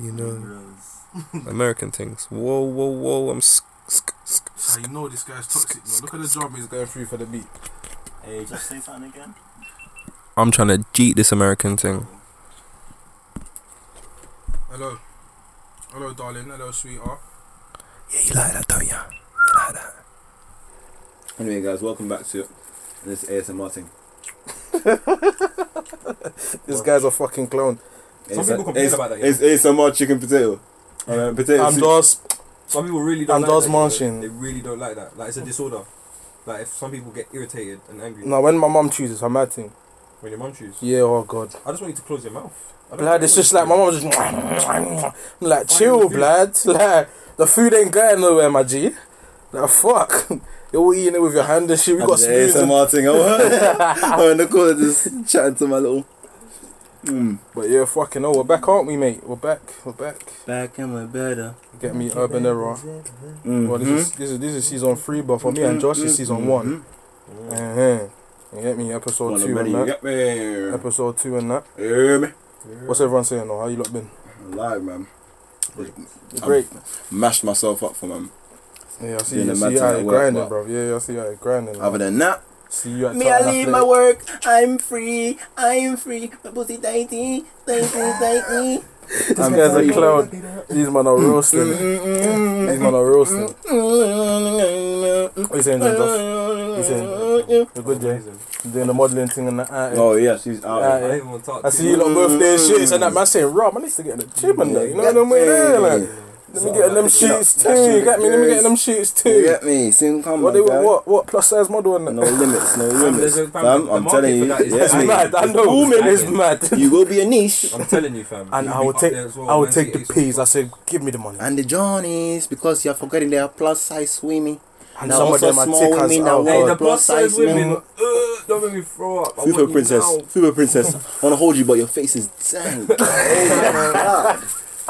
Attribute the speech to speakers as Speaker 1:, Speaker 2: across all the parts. Speaker 1: You know, American things. Whoa, whoa, whoa! I'm. Sk- sk- sk-
Speaker 2: So you know this guy's toxic. man. Look at the job he's going through for the beat.
Speaker 3: Hey, just say something again.
Speaker 1: I'm trying to cheat this American thing.
Speaker 2: Hello. Hello, darling. Hello, sweetheart.
Speaker 1: Yeah, you like that, don't ya?
Speaker 4: Anyway, guys, welcome back to this ASMR thing.
Speaker 2: This guy's a fucking clown.
Speaker 4: Some
Speaker 5: people complain about that, yeah.
Speaker 4: It's ASMR chicken potato. Uh, potato
Speaker 2: I'm
Speaker 4: soup.
Speaker 2: just.
Speaker 5: Some people really don't.
Speaker 2: And
Speaker 5: like
Speaker 2: those
Speaker 5: that, you know?
Speaker 2: munching.
Speaker 5: They really don't like that. Like it's a disorder. Like if some people get irritated and angry
Speaker 2: No, when my mum chooses, I'm mad thing.
Speaker 5: when your mum chews,
Speaker 2: Yeah, oh god.
Speaker 5: I just want you to close your mouth. I don't
Speaker 2: Blood,
Speaker 5: care
Speaker 2: it's
Speaker 5: what
Speaker 2: just
Speaker 5: you
Speaker 2: like
Speaker 5: do.
Speaker 2: my mum was just. I'm like,
Speaker 5: the
Speaker 2: chill,
Speaker 5: food?
Speaker 2: blood. Like, the food ain't going nowhere, my G. Like, fuck. You're all eating it with your hand and shit. We
Speaker 4: And
Speaker 2: got
Speaker 4: the
Speaker 2: spoons. and-
Speaker 4: ASMR thing. I'm I'm in the corner Oh, just chatting to my little. Mm.
Speaker 2: But yeah, fucking oh, we're back, aren't we, mate? We're back. We're back.
Speaker 4: Back in my bed. uh.
Speaker 2: Get
Speaker 5: Mm-hmm.
Speaker 2: me urban error.
Speaker 4: Mm.
Speaker 2: Well, this is this is this is season three, but for me and Josh, it's
Speaker 4: Mm-hmm.
Speaker 2: season one. Uh-huh. You get me? Episode
Speaker 4: Well,
Speaker 2: two
Speaker 4: already
Speaker 2: and
Speaker 4: you
Speaker 2: that.
Speaker 4: got me.
Speaker 2: Episode two and that.
Speaker 4: Hear me?
Speaker 2: What's everyone saying? though? how you lot been?
Speaker 4: Live, man.
Speaker 2: Great.
Speaker 4: Mashed myself up for man.
Speaker 2: Yeah, I see.
Speaker 4: doing
Speaker 2: I
Speaker 4: a
Speaker 2: see
Speaker 4: mad
Speaker 2: you
Speaker 4: thing
Speaker 2: out
Speaker 4: at
Speaker 2: here
Speaker 4: work,
Speaker 2: grinding,
Speaker 4: but-
Speaker 2: bro. Yeah, yeah, I see you out here grinding. man.
Speaker 4: Other than that,
Speaker 2: See you at
Speaker 6: Me, I
Speaker 2: Titan
Speaker 6: leave my
Speaker 2: Athletic.
Speaker 6: work. I'm free. I'm free. My pussy tighty, tighty, tighty.
Speaker 2: This guy's a clown. These man are roasting. These
Speaker 4: Mm-hmm.
Speaker 2: man are roasting. What you saying, then, Josh? What you saying? You're good, yeah?
Speaker 5: Amazing.
Speaker 2: Doing the modelling thing and that. ah, yeah.
Speaker 4: oh yeah, she's out.
Speaker 2: Ah,
Speaker 5: I
Speaker 2: yeah.
Speaker 5: don't even want to talk.
Speaker 2: I see you lot birthday shit, and that man saying, Rob, I need to get in the gym and that. You know what I'm
Speaker 4: Yeah.
Speaker 2: saying? Like, let me get in them sheets too. You get me? Let me get in them sheets
Speaker 4: You
Speaker 2: too.
Speaker 4: get me? Soon come
Speaker 2: What they
Speaker 4: Oh my guy.
Speaker 2: want? What what plus size model and that?
Speaker 4: No limits, no
Speaker 5: Um,
Speaker 4: limits.
Speaker 5: there's a-
Speaker 4: Fam,
Speaker 5: the
Speaker 4: I'm,
Speaker 5: market
Speaker 4: telling
Speaker 5: for
Speaker 4: you,
Speaker 5: that is
Speaker 4: yes,
Speaker 2: It's
Speaker 5: tiny.
Speaker 4: mate.
Speaker 2: mad. I know. Woman is mad.
Speaker 4: you will be a niche.
Speaker 5: I'm telling you, fam.
Speaker 2: And
Speaker 5: You'll
Speaker 2: I
Speaker 5: be
Speaker 2: will
Speaker 5: up
Speaker 2: take
Speaker 5: there as well,
Speaker 2: I will
Speaker 5: man,
Speaker 2: take
Speaker 5: it's
Speaker 2: the
Speaker 5: just
Speaker 2: peas. I said, give me the money.
Speaker 4: And the Johnnies, because you're forgetting they are plus size swimming.
Speaker 2: And
Speaker 4: Now
Speaker 2: some of
Speaker 4: also
Speaker 2: them are
Speaker 4: small
Speaker 2: thick as
Speaker 4: women now
Speaker 2: hell.
Speaker 4: want
Speaker 5: Hey, the
Speaker 4: God,
Speaker 5: plus size
Speaker 4: plus-size
Speaker 5: women,
Speaker 4: men.
Speaker 5: Ugh, don't make me throw up. I want
Speaker 4: Super
Speaker 5: you
Speaker 4: princess,
Speaker 5: now.
Speaker 4: super princess. I wanna hold you, but your face is dang.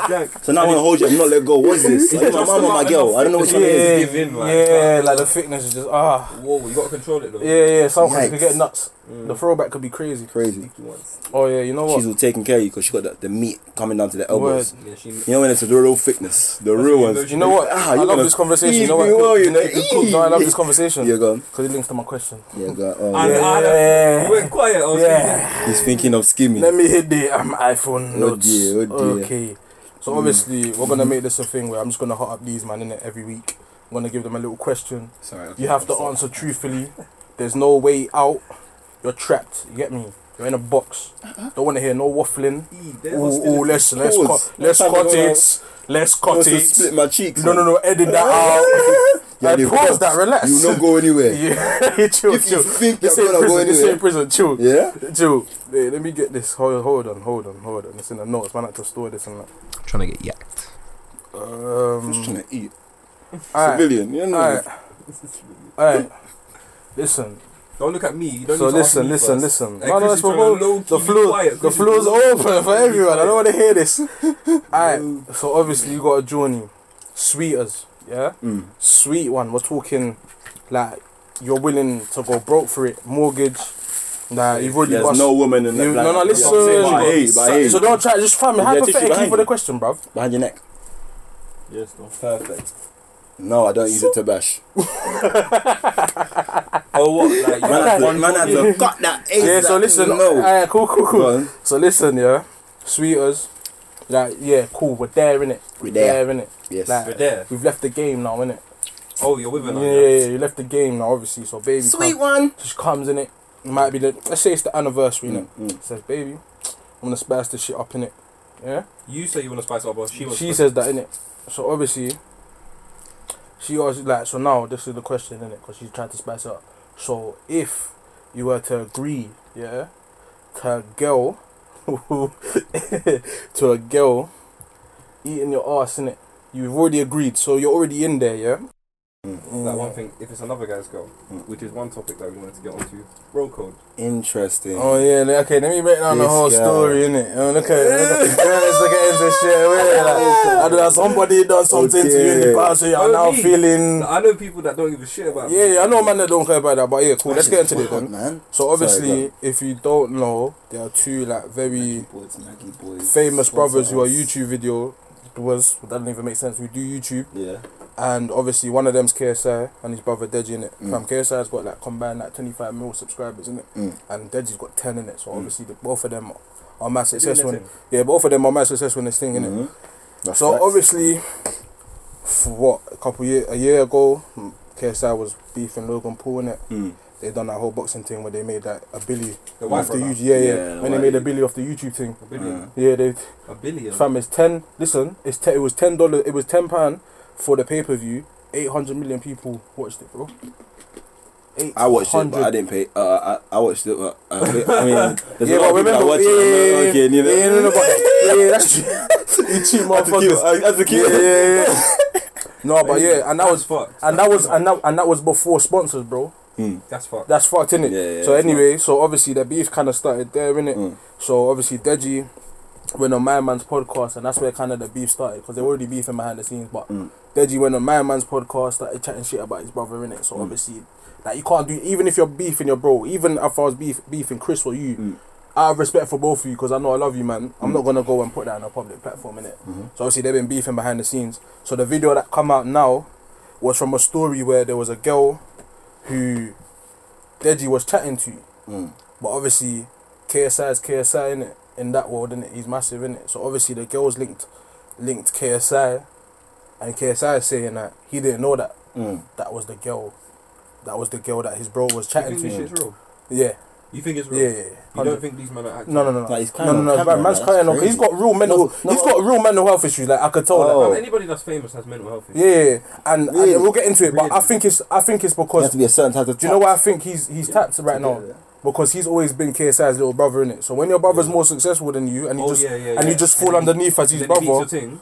Speaker 5: Jack,
Speaker 4: so now I wanna hold you, I'm not let go. What's this? Are you my mum or my girl? I don't know which one it is.
Speaker 2: Yeah,
Speaker 5: Give in, like,
Speaker 2: yeah,
Speaker 5: uh,
Speaker 2: like the thickness is just ah.
Speaker 5: whoa, you gotta control it though.
Speaker 2: Yeah, yeah. Some kids could
Speaker 4: Yikes.
Speaker 2: get nuts.
Speaker 5: Mm.
Speaker 2: The throwback could be crazy.
Speaker 4: Crazy.
Speaker 2: Oh yeah, you know what?
Speaker 4: She's all taking care of you because she got the, the meat coming down to the elbows.
Speaker 2: Word.
Speaker 5: Yeah, she,
Speaker 4: You know when it's the real thickness, the real ones.
Speaker 2: You know what? I
Speaker 4: Ah, you're
Speaker 2: love
Speaker 4: gonna
Speaker 2: this conversation. You know
Speaker 4: feed me well,
Speaker 2: what?
Speaker 4: you know.
Speaker 2: It- it cool. No, I love this conversation
Speaker 4: You're gone.
Speaker 2: because it links to my question.
Speaker 4: You're gone. Oh,
Speaker 5: And
Speaker 4: yeah.
Speaker 5: I-
Speaker 2: Yeah.
Speaker 5: you went quiet. I was
Speaker 2: Yeah.
Speaker 4: He's thinking of skimming.
Speaker 2: Let me hit the um, iPhone
Speaker 4: Oh
Speaker 2: notes.
Speaker 4: dear, oh dear. Mm-hmm.
Speaker 2: Okay. So obviously we're gonna make this a thing where I'm just gonna hot up these man in it every week. I'm gonna give them a little question.
Speaker 4: Sorry, okay.
Speaker 2: You have to answer truthfully. There's no way out. You're trapped. You get me? You're in a box. Don't wanna hear no waffling.
Speaker 5: thinking,
Speaker 2: Ooh,
Speaker 5: there's
Speaker 2: ooh,
Speaker 5: hostility.
Speaker 2: let's let's
Speaker 4: Pause.
Speaker 2: cut let's
Speaker 4: Time to
Speaker 2: cut
Speaker 4: go now.
Speaker 2: it. Let's
Speaker 4: I
Speaker 2: cut
Speaker 4: must have split
Speaker 2: it.
Speaker 4: my cheeks. eh?
Speaker 2: No no no edit that out.
Speaker 4: Yeah, they
Speaker 2: Like, pause
Speaker 4: box.
Speaker 2: that, relax.
Speaker 4: You not go anywhere.
Speaker 2: Yeah, chill,
Speaker 4: If you
Speaker 2: chill.
Speaker 4: think
Speaker 2: This
Speaker 4: you're
Speaker 2: ain't
Speaker 4: gonna go
Speaker 2: prison. This
Speaker 4: anywhere.
Speaker 2: ain't prison. Chill.
Speaker 4: Yeah?
Speaker 2: Dude, wait, let me get this. Hold, hold on, hold on, hold on. It's in the notes. Man, I had to store this and that.
Speaker 1: Trying to get yacked.
Speaker 4: I'm just
Speaker 2: Um,
Speaker 4: trying to eat.
Speaker 2: alright,
Speaker 4: Civilian, you know.
Speaker 2: alright, alright. Listen,
Speaker 5: Don't look at me. You don't
Speaker 2: so
Speaker 5: need to ask
Speaker 2: listen,
Speaker 5: me
Speaker 2: listen,
Speaker 5: first.
Speaker 2: listen.
Speaker 5: Hey,
Speaker 2: No, no,
Speaker 5: Chris
Speaker 2: it's
Speaker 5: is
Speaker 2: for
Speaker 5: trying to
Speaker 2: both.
Speaker 5: low-key
Speaker 2: The
Speaker 5: be
Speaker 2: floor,
Speaker 5: quiet.
Speaker 2: the
Speaker 5: Chris is
Speaker 2: floor's
Speaker 5: low-key
Speaker 2: open for
Speaker 5: be
Speaker 2: everyone. I
Speaker 5: quiet.
Speaker 2: don't want to hear this. Alright, so obviously you got a journey, sweeters, yeah,
Speaker 4: Mm.
Speaker 2: sweet one. We're talking like you're willing to go broke for it, mortgage. Nah, you've already
Speaker 4: There's
Speaker 2: bust-
Speaker 4: no woman in the
Speaker 2: You-
Speaker 4: black.
Speaker 2: no, no, listen.
Speaker 4: By hey, by hey.
Speaker 2: So don't try. Just find me
Speaker 4: Yeah, tissue
Speaker 2: hypothetically
Speaker 4: behind
Speaker 2: for the
Speaker 4: you.
Speaker 2: question, bruv.
Speaker 4: Behind your neck.
Speaker 5: Yes, no. Perfect.
Speaker 4: No, I don't use it to bash.
Speaker 5: Oh, what? Like, you
Speaker 4: Man had
Speaker 5: had
Speaker 4: to,
Speaker 5: one
Speaker 4: man had to cut that ace.
Speaker 2: Yeah, so
Speaker 4: that-
Speaker 2: listen.
Speaker 4: No.
Speaker 2: Alright, cool, cool, cool.
Speaker 4: Go on.
Speaker 2: So listen, yeah, sweeters, like yeah, cool. We're there in it.
Speaker 4: We're there.
Speaker 2: in it.
Speaker 4: Yes. Mm.
Speaker 2: Like-
Speaker 5: You're there.
Speaker 2: We've left the game now, innit?
Speaker 5: Oh, you're with her
Speaker 2: Yeah,
Speaker 5: now.
Speaker 2: yeah, yeah, you left the game now, obviously. So baby,
Speaker 6: Sweet
Speaker 2: comes,
Speaker 6: one.
Speaker 2: she comes in it. Might be the let's say it's the anniversary, innit?
Speaker 4: Mm, mm.
Speaker 2: Says baby, I'm gonna spice this shit up in it. Yeah,
Speaker 5: You say you want to spice it up, but she
Speaker 2: she,
Speaker 5: wants.
Speaker 2: says that in it. So obviously, she was like, so now this is the question in it because she's trying to spice it up. So if you were to agree, yeah, to a girl, to a girl eating your ass in it, you've already agreed, so you're already in there, yeah.
Speaker 4: Mm.
Speaker 2: Yeah,
Speaker 5: that one thing. If it's another guy's girl,
Speaker 4: Mm.
Speaker 5: which is one topic that we wanted to get onto, roll code.
Speaker 4: Interesting.
Speaker 2: Oh yeah, le- okay. Let me break down the
Speaker 4: This
Speaker 2: whole
Speaker 4: guy.
Speaker 2: story, innit? Oh, look at it. Let's look at it straight away. Like, I don't know, somebody done something to you in the
Speaker 4: Okay.
Speaker 2: past, so you are now
Speaker 5: OG.
Speaker 2: feeling.
Speaker 5: I know people that don't give a shit about.
Speaker 2: Yeah, yeah, I know, man, that don't care about that, but yeah, cool. Let's get into it
Speaker 4: Wild,
Speaker 2: then.
Speaker 4: man.
Speaker 2: So
Speaker 4: Sorry,
Speaker 2: obviously, if you don't know, there are two like very
Speaker 4: Boys, Nike boys.
Speaker 2: famous brothers who are
Speaker 4: Sponsor
Speaker 2: YouTube video doers. That doesn't even make sense. We do YouTube,
Speaker 4: us. Yeah.
Speaker 2: and obviously one of them's KSI and his brother Deji in it.
Speaker 4: Mm.
Speaker 2: From KSI's got like combined like twenty five mil subscribers in it,
Speaker 4: Mm.
Speaker 2: and Deji's got ten in it. So
Speaker 4: Mm.
Speaker 2: obviously the, both of them are mad
Speaker 5: Successful.
Speaker 2: successful. Yeah, both of them are mad successful in this thing, innit?
Speaker 4: Mhm. That's
Speaker 2: So
Speaker 4: facts.
Speaker 2: obviously, f what a couple year a year ago, mm, KSI was beefing Logan Paul in it.
Speaker 4: Mm.
Speaker 2: They done that whole boxing thing where they made that a Billy
Speaker 5: The
Speaker 2: off
Speaker 5: wife
Speaker 2: the
Speaker 5: brother.
Speaker 2: YouTube. Yeah, yeah.
Speaker 4: Yeah,
Speaker 2: when they
Speaker 4: why-
Speaker 2: made a Billy off the YouTube thing.
Speaker 5: A billion.
Speaker 4: Uh.
Speaker 2: Yeah, they
Speaker 5: A billion.
Speaker 2: fam it's ten. Listen, it's te- it was ten dollars. It was ten pound for the pay per view. Eight hundred million people watched it, bro. Eight
Speaker 4: I watched it, but I
Speaker 2: hundred.
Speaker 4: didn't pay. Uh, I, I watched it, but I, paid- I mean, there's
Speaker 2: Yeah,
Speaker 4: a lot
Speaker 2: but
Speaker 4: of people that
Speaker 2: remember,
Speaker 4: watch
Speaker 2: yeah,
Speaker 4: it. I'm
Speaker 2: yeah,
Speaker 4: like,
Speaker 2: yeah,
Speaker 4: okay, neither.
Speaker 2: yeah, no, no, but, yeah, that's true. you cheat
Speaker 4: I had to keep-
Speaker 2: motherfuckers.
Speaker 4: I had to
Speaker 2: Yeah,
Speaker 4: keep-
Speaker 2: yeah, yeah. no, but yeah, and that was
Speaker 5: fucked.
Speaker 2: and that was and that and that was before sponsors, bro.
Speaker 4: Mm,
Speaker 5: That's fucked.
Speaker 2: That's fucked, innit?
Speaker 4: Yeah, yeah,
Speaker 2: so
Speaker 4: it's
Speaker 2: anyway, so obviously the beef kind of started there, innit?
Speaker 4: mm,
Speaker 2: So obviously Deji went on My Man's podcast, and that's where kind of the beef started because they were already beefing behind the scenes. But
Speaker 4: Mm.
Speaker 2: Deji went on My Man's podcast, started chatting shit about his brother, innit? So
Speaker 4: Mm.
Speaker 2: obviously, like you can't do even if you're beefing your bro, even if I was beef beefing Chris or you.
Speaker 4: Mm.
Speaker 2: Out of respect for both of you, because I know I love you, man. I'm
Speaker 4: Mm.
Speaker 2: not gonna go and put that on a public platform, innit?
Speaker 4: mhm.
Speaker 2: So obviously they've been beefing behind the scenes. So the video that come out now was from a story where there was a girl who Deji was chatting to,
Speaker 4: Mm.
Speaker 2: but obviously KSI is KSI in it in that world in it. He's massive in it. So obviously the girl's linked linked KSI, and KSI is saying that he didn't know that
Speaker 4: Mm.
Speaker 2: that was the girl, that was the girl that his bro was
Speaker 5: you
Speaker 2: chatting
Speaker 5: think
Speaker 2: to.
Speaker 5: this shit's real?
Speaker 2: Yeah,
Speaker 5: You think it's
Speaker 2: yeah,
Speaker 5: real?
Speaker 2: yeah. yeah.
Speaker 5: You don't think these men are acting?
Speaker 2: no, no, no, no.
Speaker 4: Like, he's
Speaker 2: No, no,
Speaker 4: climbing
Speaker 2: no,
Speaker 4: on camera,
Speaker 2: man, man's
Speaker 4: that's
Speaker 2: cutting off.
Speaker 4: crazy.
Speaker 2: He's got real mental.
Speaker 4: No, no,
Speaker 2: he's got real mental health issues. Like I could tell.
Speaker 4: Oh.
Speaker 2: Like,
Speaker 5: Fam, anybody that's famous has mental health issues.
Speaker 2: Yeah, and,
Speaker 4: Really?
Speaker 2: and we'll get into it, but I
Speaker 5: Really?
Speaker 2: think it's I think it's
Speaker 4: You have
Speaker 2: because
Speaker 4: to be a certain type of.
Speaker 2: do you know why I think he's he's tapped right now because he's always been KSI's little brother in it. So when your brother's
Speaker 5: Yeah.
Speaker 2: more successful than you and you
Speaker 5: Oh,
Speaker 2: just
Speaker 5: yeah, yeah,
Speaker 2: and you
Speaker 5: yeah.
Speaker 2: just fall
Speaker 5: And then-
Speaker 2: underneath as
Speaker 5: Then
Speaker 2: his
Speaker 5: he
Speaker 2: brother,
Speaker 5: beats your thing.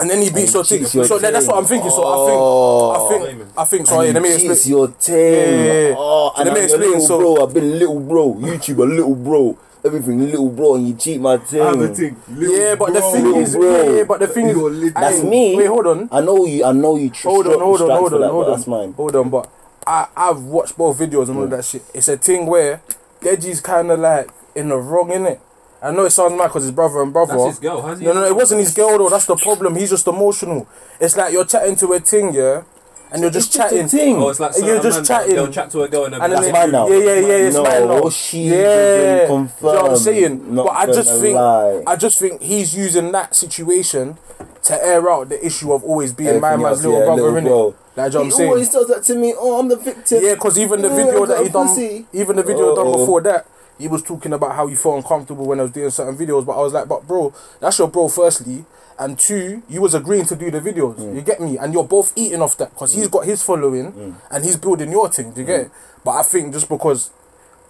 Speaker 2: and then he beats your
Speaker 4: And he
Speaker 2: team.
Speaker 4: cheats your
Speaker 2: So that- that's
Speaker 4: team.
Speaker 2: what I'm thinking. So I think I think I think. Sorry,
Speaker 4: And
Speaker 2: let me
Speaker 4: you cheat
Speaker 2: explain.
Speaker 4: your
Speaker 2: Yeah, yeah, yeah.
Speaker 4: team. Oh,
Speaker 2: Let
Speaker 4: and
Speaker 2: me
Speaker 4: I'm your
Speaker 2: explain,
Speaker 4: little
Speaker 2: so-
Speaker 4: bro. I've been little bro. YouTube, a little bro. Everything, little bro, and you cheat my team.
Speaker 2: Yeah, but the thing
Speaker 4: bro,
Speaker 2: is,
Speaker 4: bro.
Speaker 2: yeah, yeah, but the thing is,
Speaker 4: That's
Speaker 2: Hey,
Speaker 4: me.
Speaker 2: Wait, hold on.
Speaker 4: I know you. I know you. tr-
Speaker 2: hold on,
Speaker 4: struck-
Speaker 2: hold on,
Speaker 4: struck
Speaker 2: hold
Speaker 4: for
Speaker 2: on,
Speaker 4: that,
Speaker 2: hold
Speaker 4: but
Speaker 2: on.
Speaker 4: That's mine.
Speaker 2: Hold on, but I I've watched both videos and all that shit. It's a thing where Deji's kind of like in the wrong, innit? I know it sounds mad because his brother and brother.
Speaker 5: That's his girl. How's he?
Speaker 2: No, no, it wasn't his girl though. That's the problem. He's just emotional. It's like you're chatting to a thing, yeah, and you're just
Speaker 4: It's
Speaker 2: chatting.
Speaker 4: a thing.
Speaker 5: Oh, it's like
Speaker 2: You're
Speaker 5: certain
Speaker 2: just
Speaker 5: men that
Speaker 2: chatting.
Speaker 5: They'll chat to a girl and,
Speaker 2: And
Speaker 5: and
Speaker 2: then
Speaker 4: That's
Speaker 2: it-
Speaker 4: mine now.
Speaker 2: Yeah, yeah, yeah. It's
Speaker 4: no,
Speaker 2: mine now.
Speaker 4: she
Speaker 2: Yeah.
Speaker 4: yeah.
Speaker 2: Do you know
Speaker 4: confirmed.
Speaker 2: what I'm saying?
Speaker 4: Not
Speaker 2: But I just
Speaker 4: gonna
Speaker 2: think-
Speaker 4: lie.
Speaker 2: I just think he's using that situation to air out the issue of always being my
Speaker 4: Everything
Speaker 2: man's
Speaker 4: else,
Speaker 2: little
Speaker 4: yeah,
Speaker 2: brother,
Speaker 4: little
Speaker 2: innit?
Speaker 4: bro.
Speaker 2: Like, do you know
Speaker 4: he
Speaker 2: what I'm saying?
Speaker 4: always does that to me. Oh, I'm the victim.
Speaker 2: Yeah, because even the
Speaker 4: Yeah,
Speaker 2: video
Speaker 4: I
Speaker 2: that
Speaker 4: got
Speaker 2: he done,
Speaker 4: pussy.
Speaker 2: even the video done
Speaker 4: Oh.
Speaker 2: before that, he was talking about how he felt uncomfortable when I was doing certain videos. But I was like, but bro, that's your bro. Firstly, and two, you was agreeing to do the videos. You get me? And you're both eating off that because he's got his following and he's building your thing. Do you get it? But I think just because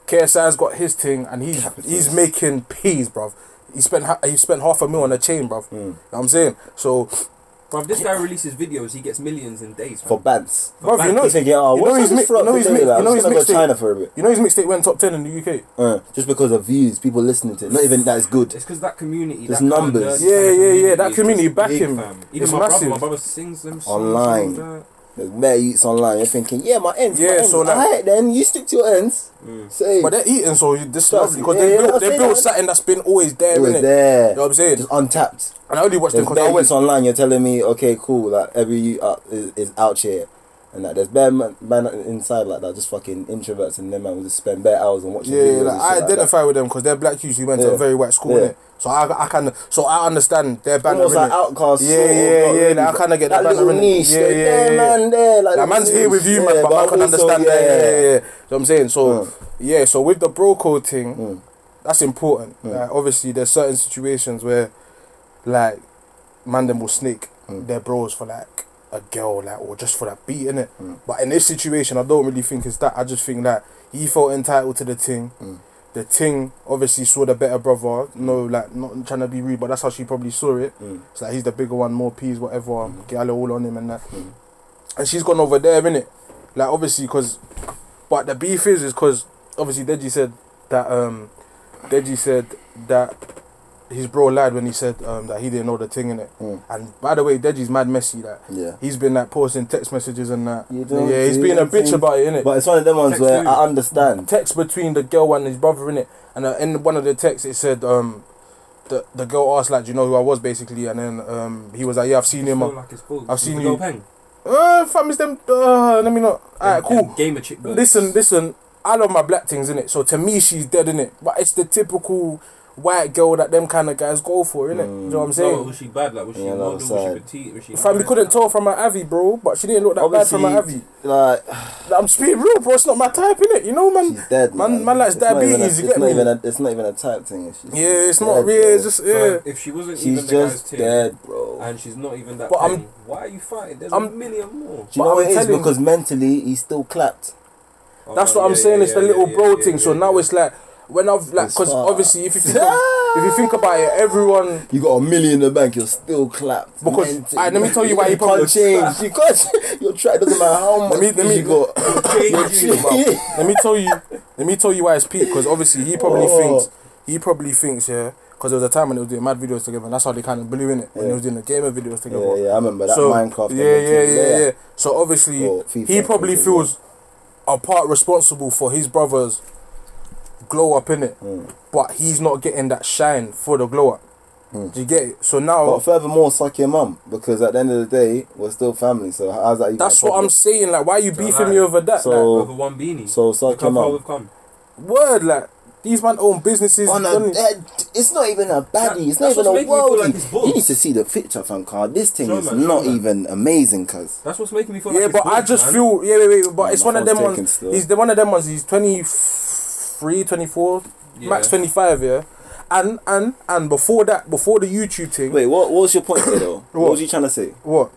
Speaker 2: KSI's got his thing and he's he's making peas, bruv. He spent ha- he spent half a mil on a chain, bruv. You know what I'm saying so,
Speaker 5: Bro, this guy releases videos. He gets millions in days.
Speaker 4: For
Speaker 5: fam.
Speaker 4: bants.
Speaker 2: bruv. You know,
Speaker 4: he's thinking, oh,
Speaker 2: you know
Speaker 4: what's
Speaker 2: he's
Speaker 4: this
Speaker 2: mi-
Speaker 4: for
Speaker 2: you know
Speaker 4: up
Speaker 2: he's
Speaker 4: today,
Speaker 2: mi-
Speaker 4: like,
Speaker 2: you know
Speaker 4: I'm
Speaker 2: he's
Speaker 4: just gonna go
Speaker 2: mixtape-
Speaker 4: China for a bit.
Speaker 2: you know his mixtape went top ten in the UK.
Speaker 4: Uh, just because of views, people listening to it. Not even that is good.
Speaker 5: It's because that community.
Speaker 4: There's
Speaker 5: that kind of
Speaker 4: numbers.
Speaker 5: nerdy kind
Speaker 2: Yeah,
Speaker 5: of
Speaker 2: yeah, yeah.
Speaker 5: is
Speaker 2: That
Speaker 5: just
Speaker 2: community back
Speaker 5: big,
Speaker 2: him.
Speaker 5: fam. Even
Speaker 2: It's
Speaker 5: my
Speaker 2: massive.
Speaker 5: brother, my brother sings them songs,
Speaker 4: Online.
Speaker 5: all
Speaker 4: There's bare youths online. You're thinking, yeah, my ends.
Speaker 2: Yeah,
Speaker 4: my ends.
Speaker 2: so like-
Speaker 4: Alright then, you stick to your ends.
Speaker 5: that. Mm.
Speaker 4: Say,
Speaker 2: But they're eating, so this is
Speaker 4: That's-
Speaker 2: lovely because
Speaker 4: yeah,
Speaker 2: they
Speaker 4: yeah,
Speaker 2: built
Speaker 4: I'll
Speaker 2: they
Speaker 4: say
Speaker 2: built
Speaker 4: that.
Speaker 2: something that's been always there,
Speaker 4: it was
Speaker 2: innit?
Speaker 4: there.
Speaker 2: You know what I'm saying?
Speaker 4: Just untapped.
Speaker 2: And I only watched them
Speaker 4: There's
Speaker 2: because I
Speaker 4: bare
Speaker 2: went.
Speaker 4: youths online. You're telling me, okay, cool. Like every youth uh, is, is out here, and that there's bare man, man inside like that, just fucking introverts, and them man will just spend bare hours on watching.
Speaker 2: Yeah,
Speaker 4: videos
Speaker 2: like, I
Speaker 4: and shit like that.
Speaker 2: identify with them because they're black youths who went to a
Speaker 4: Yeah.
Speaker 2: very white school,
Speaker 4: Yeah.
Speaker 2: innit? So I, I kind of, so I understand their banner.
Speaker 4: Almost like
Speaker 2: innit?
Speaker 4: outcast.
Speaker 2: Yeah,
Speaker 4: sort
Speaker 2: yeah,
Speaker 4: of, not
Speaker 2: yeah,
Speaker 4: really,
Speaker 2: like, I
Speaker 4: but
Speaker 2: kinda get
Speaker 4: that
Speaker 2: the banner,
Speaker 4: little
Speaker 2: innit?
Speaker 4: niche.
Speaker 2: Yeah,
Speaker 4: Yeah,
Speaker 2: yeah,
Speaker 4: yeah,
Speaker 2: yeah.
Speaker 4: man, there. Like,
Speaker 2: That man's here with you, man, but I can understand that. Yeah, yeah, yeah. You know what I'm saying? So,
Speaker 4: Mm.
Speaker 2: yeah, so with the bro code thing,
Speaker 4: Mm.
Speaker 2: that's important.
Speaker 4: Mm.
Speaker 2: Like, obviously, there's certain situations where, like, man, them will snake
Speaker 4: Mm.
Speaker 2: their bros for, like, a girl, like, or just for that beat, innit?
Speaker 4: Mm.
Speaker 2: But in this situation, I don't really think it's that. I just think that he felt entitled to the thing.
Speaker 4: Mm.
Speaker 2: The thing obviously saw the better brother. No, like, not trying to be rude, but that's how she probably saw it.
Speaker 4: Mm.
Speaker 2: It's like he's the bigger one, more peas, whatever. Get all all on him and that.
Speaker 4: Mm.
Speaker 2: And she's gone over there, innit? Like obviously, because but the beef is is because obviously Deji said that um Deji said that his bro lied when he said um that he didn't know the thing in it.
Speaker 4: Mm.
Speaker 2: And by the way, Deji's mad messy. Like
Speaker 4: Yeah.
Speaker 2: he's been like posting text messages and that.
Speaker 4: You don't
Speaker 2: yeah, he's
Speaker 4: do
Speaker 2: being a
Speaker 4: anything.
Speaker 2: bitch about it, innit?
Speaker 4: But it's one of them ones
Speaker 5: Text
Speaker 4: where
Speaker 5: who?
Speaker 4: I understand.
Speaker 2: text between the girl and his brother in it, and uh, in one of the texts it said um, the the girl asked like, "Do you know who I was?" Basically, and then um, he was like, "Yeah, I've seen
Speaker 5: It's
Speaker 2: him."
Speaker 5: not
Speaker 2: Uh,
Speaker 5: like it's bull.
Speaker 2: I've
Speaker 5: It's
Speaker 2: seen
Speaker 5: the
Speaker 2: you.
Speaker 5: girl Peng.
Speaker 2: Uh, fam, it's them. Uh, let me know. Alright,
Speaker 5: And-
Speaker 2: cool.
Speaker 5: and Gamer chick. birds.
Speaker 2: Listen, listen. I love my black things in it, so to me she's dead in it. But it's the typical white girl that them kind of guys go for in it. You know what I'm
Speaker 5: Mm. No,
Speaker 2: saying?
Speaker 5: was she bad? Like was she
Speaker 4: Yeah, that
Speaker 5: model?
Speaker 4: was
Speaker 5: Was
Speaker 4: sad.
Speaker 5: she petite? Was she?
Speaker 2: Family
Speaker 5: nice?
Speaker 2: couldn't tell from her avi, bro, but she didn't look that bad from her avi.
Speaker 4: Obviously, like
Speaker 2: Like, I'm speaking real, bro. It's not my type, innit? You know, man.
Speaker 4: she's dead.
Speaker 2: Man-
Speaker 4: Man,
Speaker 2: man likes
Speaker 4: It's not even
Speaker 2: diabetes,
Speaker 4: a-
Speaker 2: you
Speaker 4: it's
Speaker 2: get
Speaker 4: not
Speaker 2: me?
Speaker 4: Even a, it's not even a type thing. It's just,
Speaker 2: Yeah, it's
Speaker 4: she's
Speaker 2: not
Speaker 4: dead,
Speaker 2: real.
Speaker 4: bro.
Speaker 2: It's just yeah.
Speaker 5: If she wasn't even
Speaker 4: she's
Speaker 5: the guy's
Speaker 4: just
Speaker 5: team,
Speaker 4: dead, bro.
Speaker 5: and she's not even that.
Speaker 2: But I'm-
Speaker 5: thing, why are you fighting? There's a
Speaker 2: I'm-
Speaker 5: million more.
Speaker 4: Do you
Speaker 2: But
Speaker 4: know
Speaker 2: I'm
Speaker 4: what it is?
Speaker 2: telling-
Speaker 4: Because mentally, he's still clapped.
Speaker 5: Oh,
Speaker 2: That's
Speaker 5: no,
Speaker 2: what I'm
Speaker 5: yeah,
Speaker 2: saying.
Speaker 5: yeah,
Speaker 2: it's the
Speaker 5: yeah,
Speaker 2: little
Speaker 5: yeah,
Speaker 2: bro
Speaker 5: yeah,
Speaker 2: thing. so
Speaker 5: yeah,
Speaker 2: now
Speaker 5: yeah.
Speaker 2: it's like when I've like
Speaker 4: It's
Speaker 2: because
Speaker 4: fucked.
Speaker 2: obviously if you think of, if you think about it, everyone.
Speaker 4: You got a million in the bank, you're still clapped.
Speaker 2: Because- alright, let me tell you why he
Speaker 4: you
Speaker 2: probably-
Speaker 4: can't change. You can't. Your track doesn't matter how much
Speaker 2: Let me- let me-
Speaker 4: you got.
Speaker 2: Bro, let me tell you. Let me tell you why it's peak. Because obviously he probably
Speaker 4: Oh.
Speaker 2: thinks he probably thinks yeah. Because there was a time when they was doing mad videos together, and that's how they kind of blew in it when they
Speaker 4: Yeah.
Speaker 2: was doing the gamer videos together.
Speaker 4: Yeah, yeah, I remember that
Speaker 2: so
Speaker 4: Minecraft.
Speaker 2: yeah, yeah, yeah, yeah, So obviously
Speaker 4: Or FIFA,
Speaker 2: he probably
Speaker 4: I think it
Speaker 2: feels a part responsible for his brother's glow up in it,
Speaker 4: Mm.
Speaker 2: but he's not getting that shine for the glow up.
Speaker 4: Mm.
Speaker 2: Do you get it? So now
Speaker 4: But furthermore, suck your mum because at the end of the day, we're still family. So how's that even?
Speaker 2: That's
Speaker 4: a
Speaker 2: what I'm
Speaker 4: problem?
Speaker 2: saying. Like, why you
Speaker 5: Don't
Speaker 2: beefing
Speaker 5: lie.
Speaker 2: me over that?
Speaker 4: So-
Speaker 5: Over one beanie.
Speaker 4: So suck
Speaker 5: Look
Speaker 4: your
Speaker 5: how far
Speaker 4: mum.
Speaker 5: we've come.
Speaker 2: like, word, like these man own businesses.
Speaker 4: On a
Speaker 2: done-
Speaker 4: dead, it's not even a baddie. It's not
Speaker 5: That's
Speaker 4: even a
Speaker 5: what's making me feel like it's
Speaker 4: worldie.
Speaker 5: bull.
Speaker 4: you need to see the picture, fam. Car, this thing
Speaker 5: Show
Speaker 4: is
Speaker 5: man, show
Speaker 4: not
Speaker 5: man.
Speaker 4: even amazing, cuz.
Speaker 5: That's what's making me feel
Speaker 2: yeah,
Speaker 5: like. it's
Speaker 2: but I
Speaker 5: bull,
Speaker 2: just
Speaker 5: man.
Speaker 2: feel yeah, wait, wait, but
Speaker 4: Man,
Speaker 2: it's
Speaker 4: my
Speaker 2: one of
Speaker 4: phone's
Speaker 2: them
Speaker 4: taken
Speaker 2: ones.
Speaker 4: still.
Speaker 2: He's the one of them ones. He's 23, 24,
Speaker 5: Yeah.
Speaker 2: max twenty five. Yeah, and and and before that, before the YouTube thing,
Speaker 4: Wait, what? What was your point there, though? what?
Speaker 2: What?
Speaker 4: was you trying to say?
Speaker 2: what?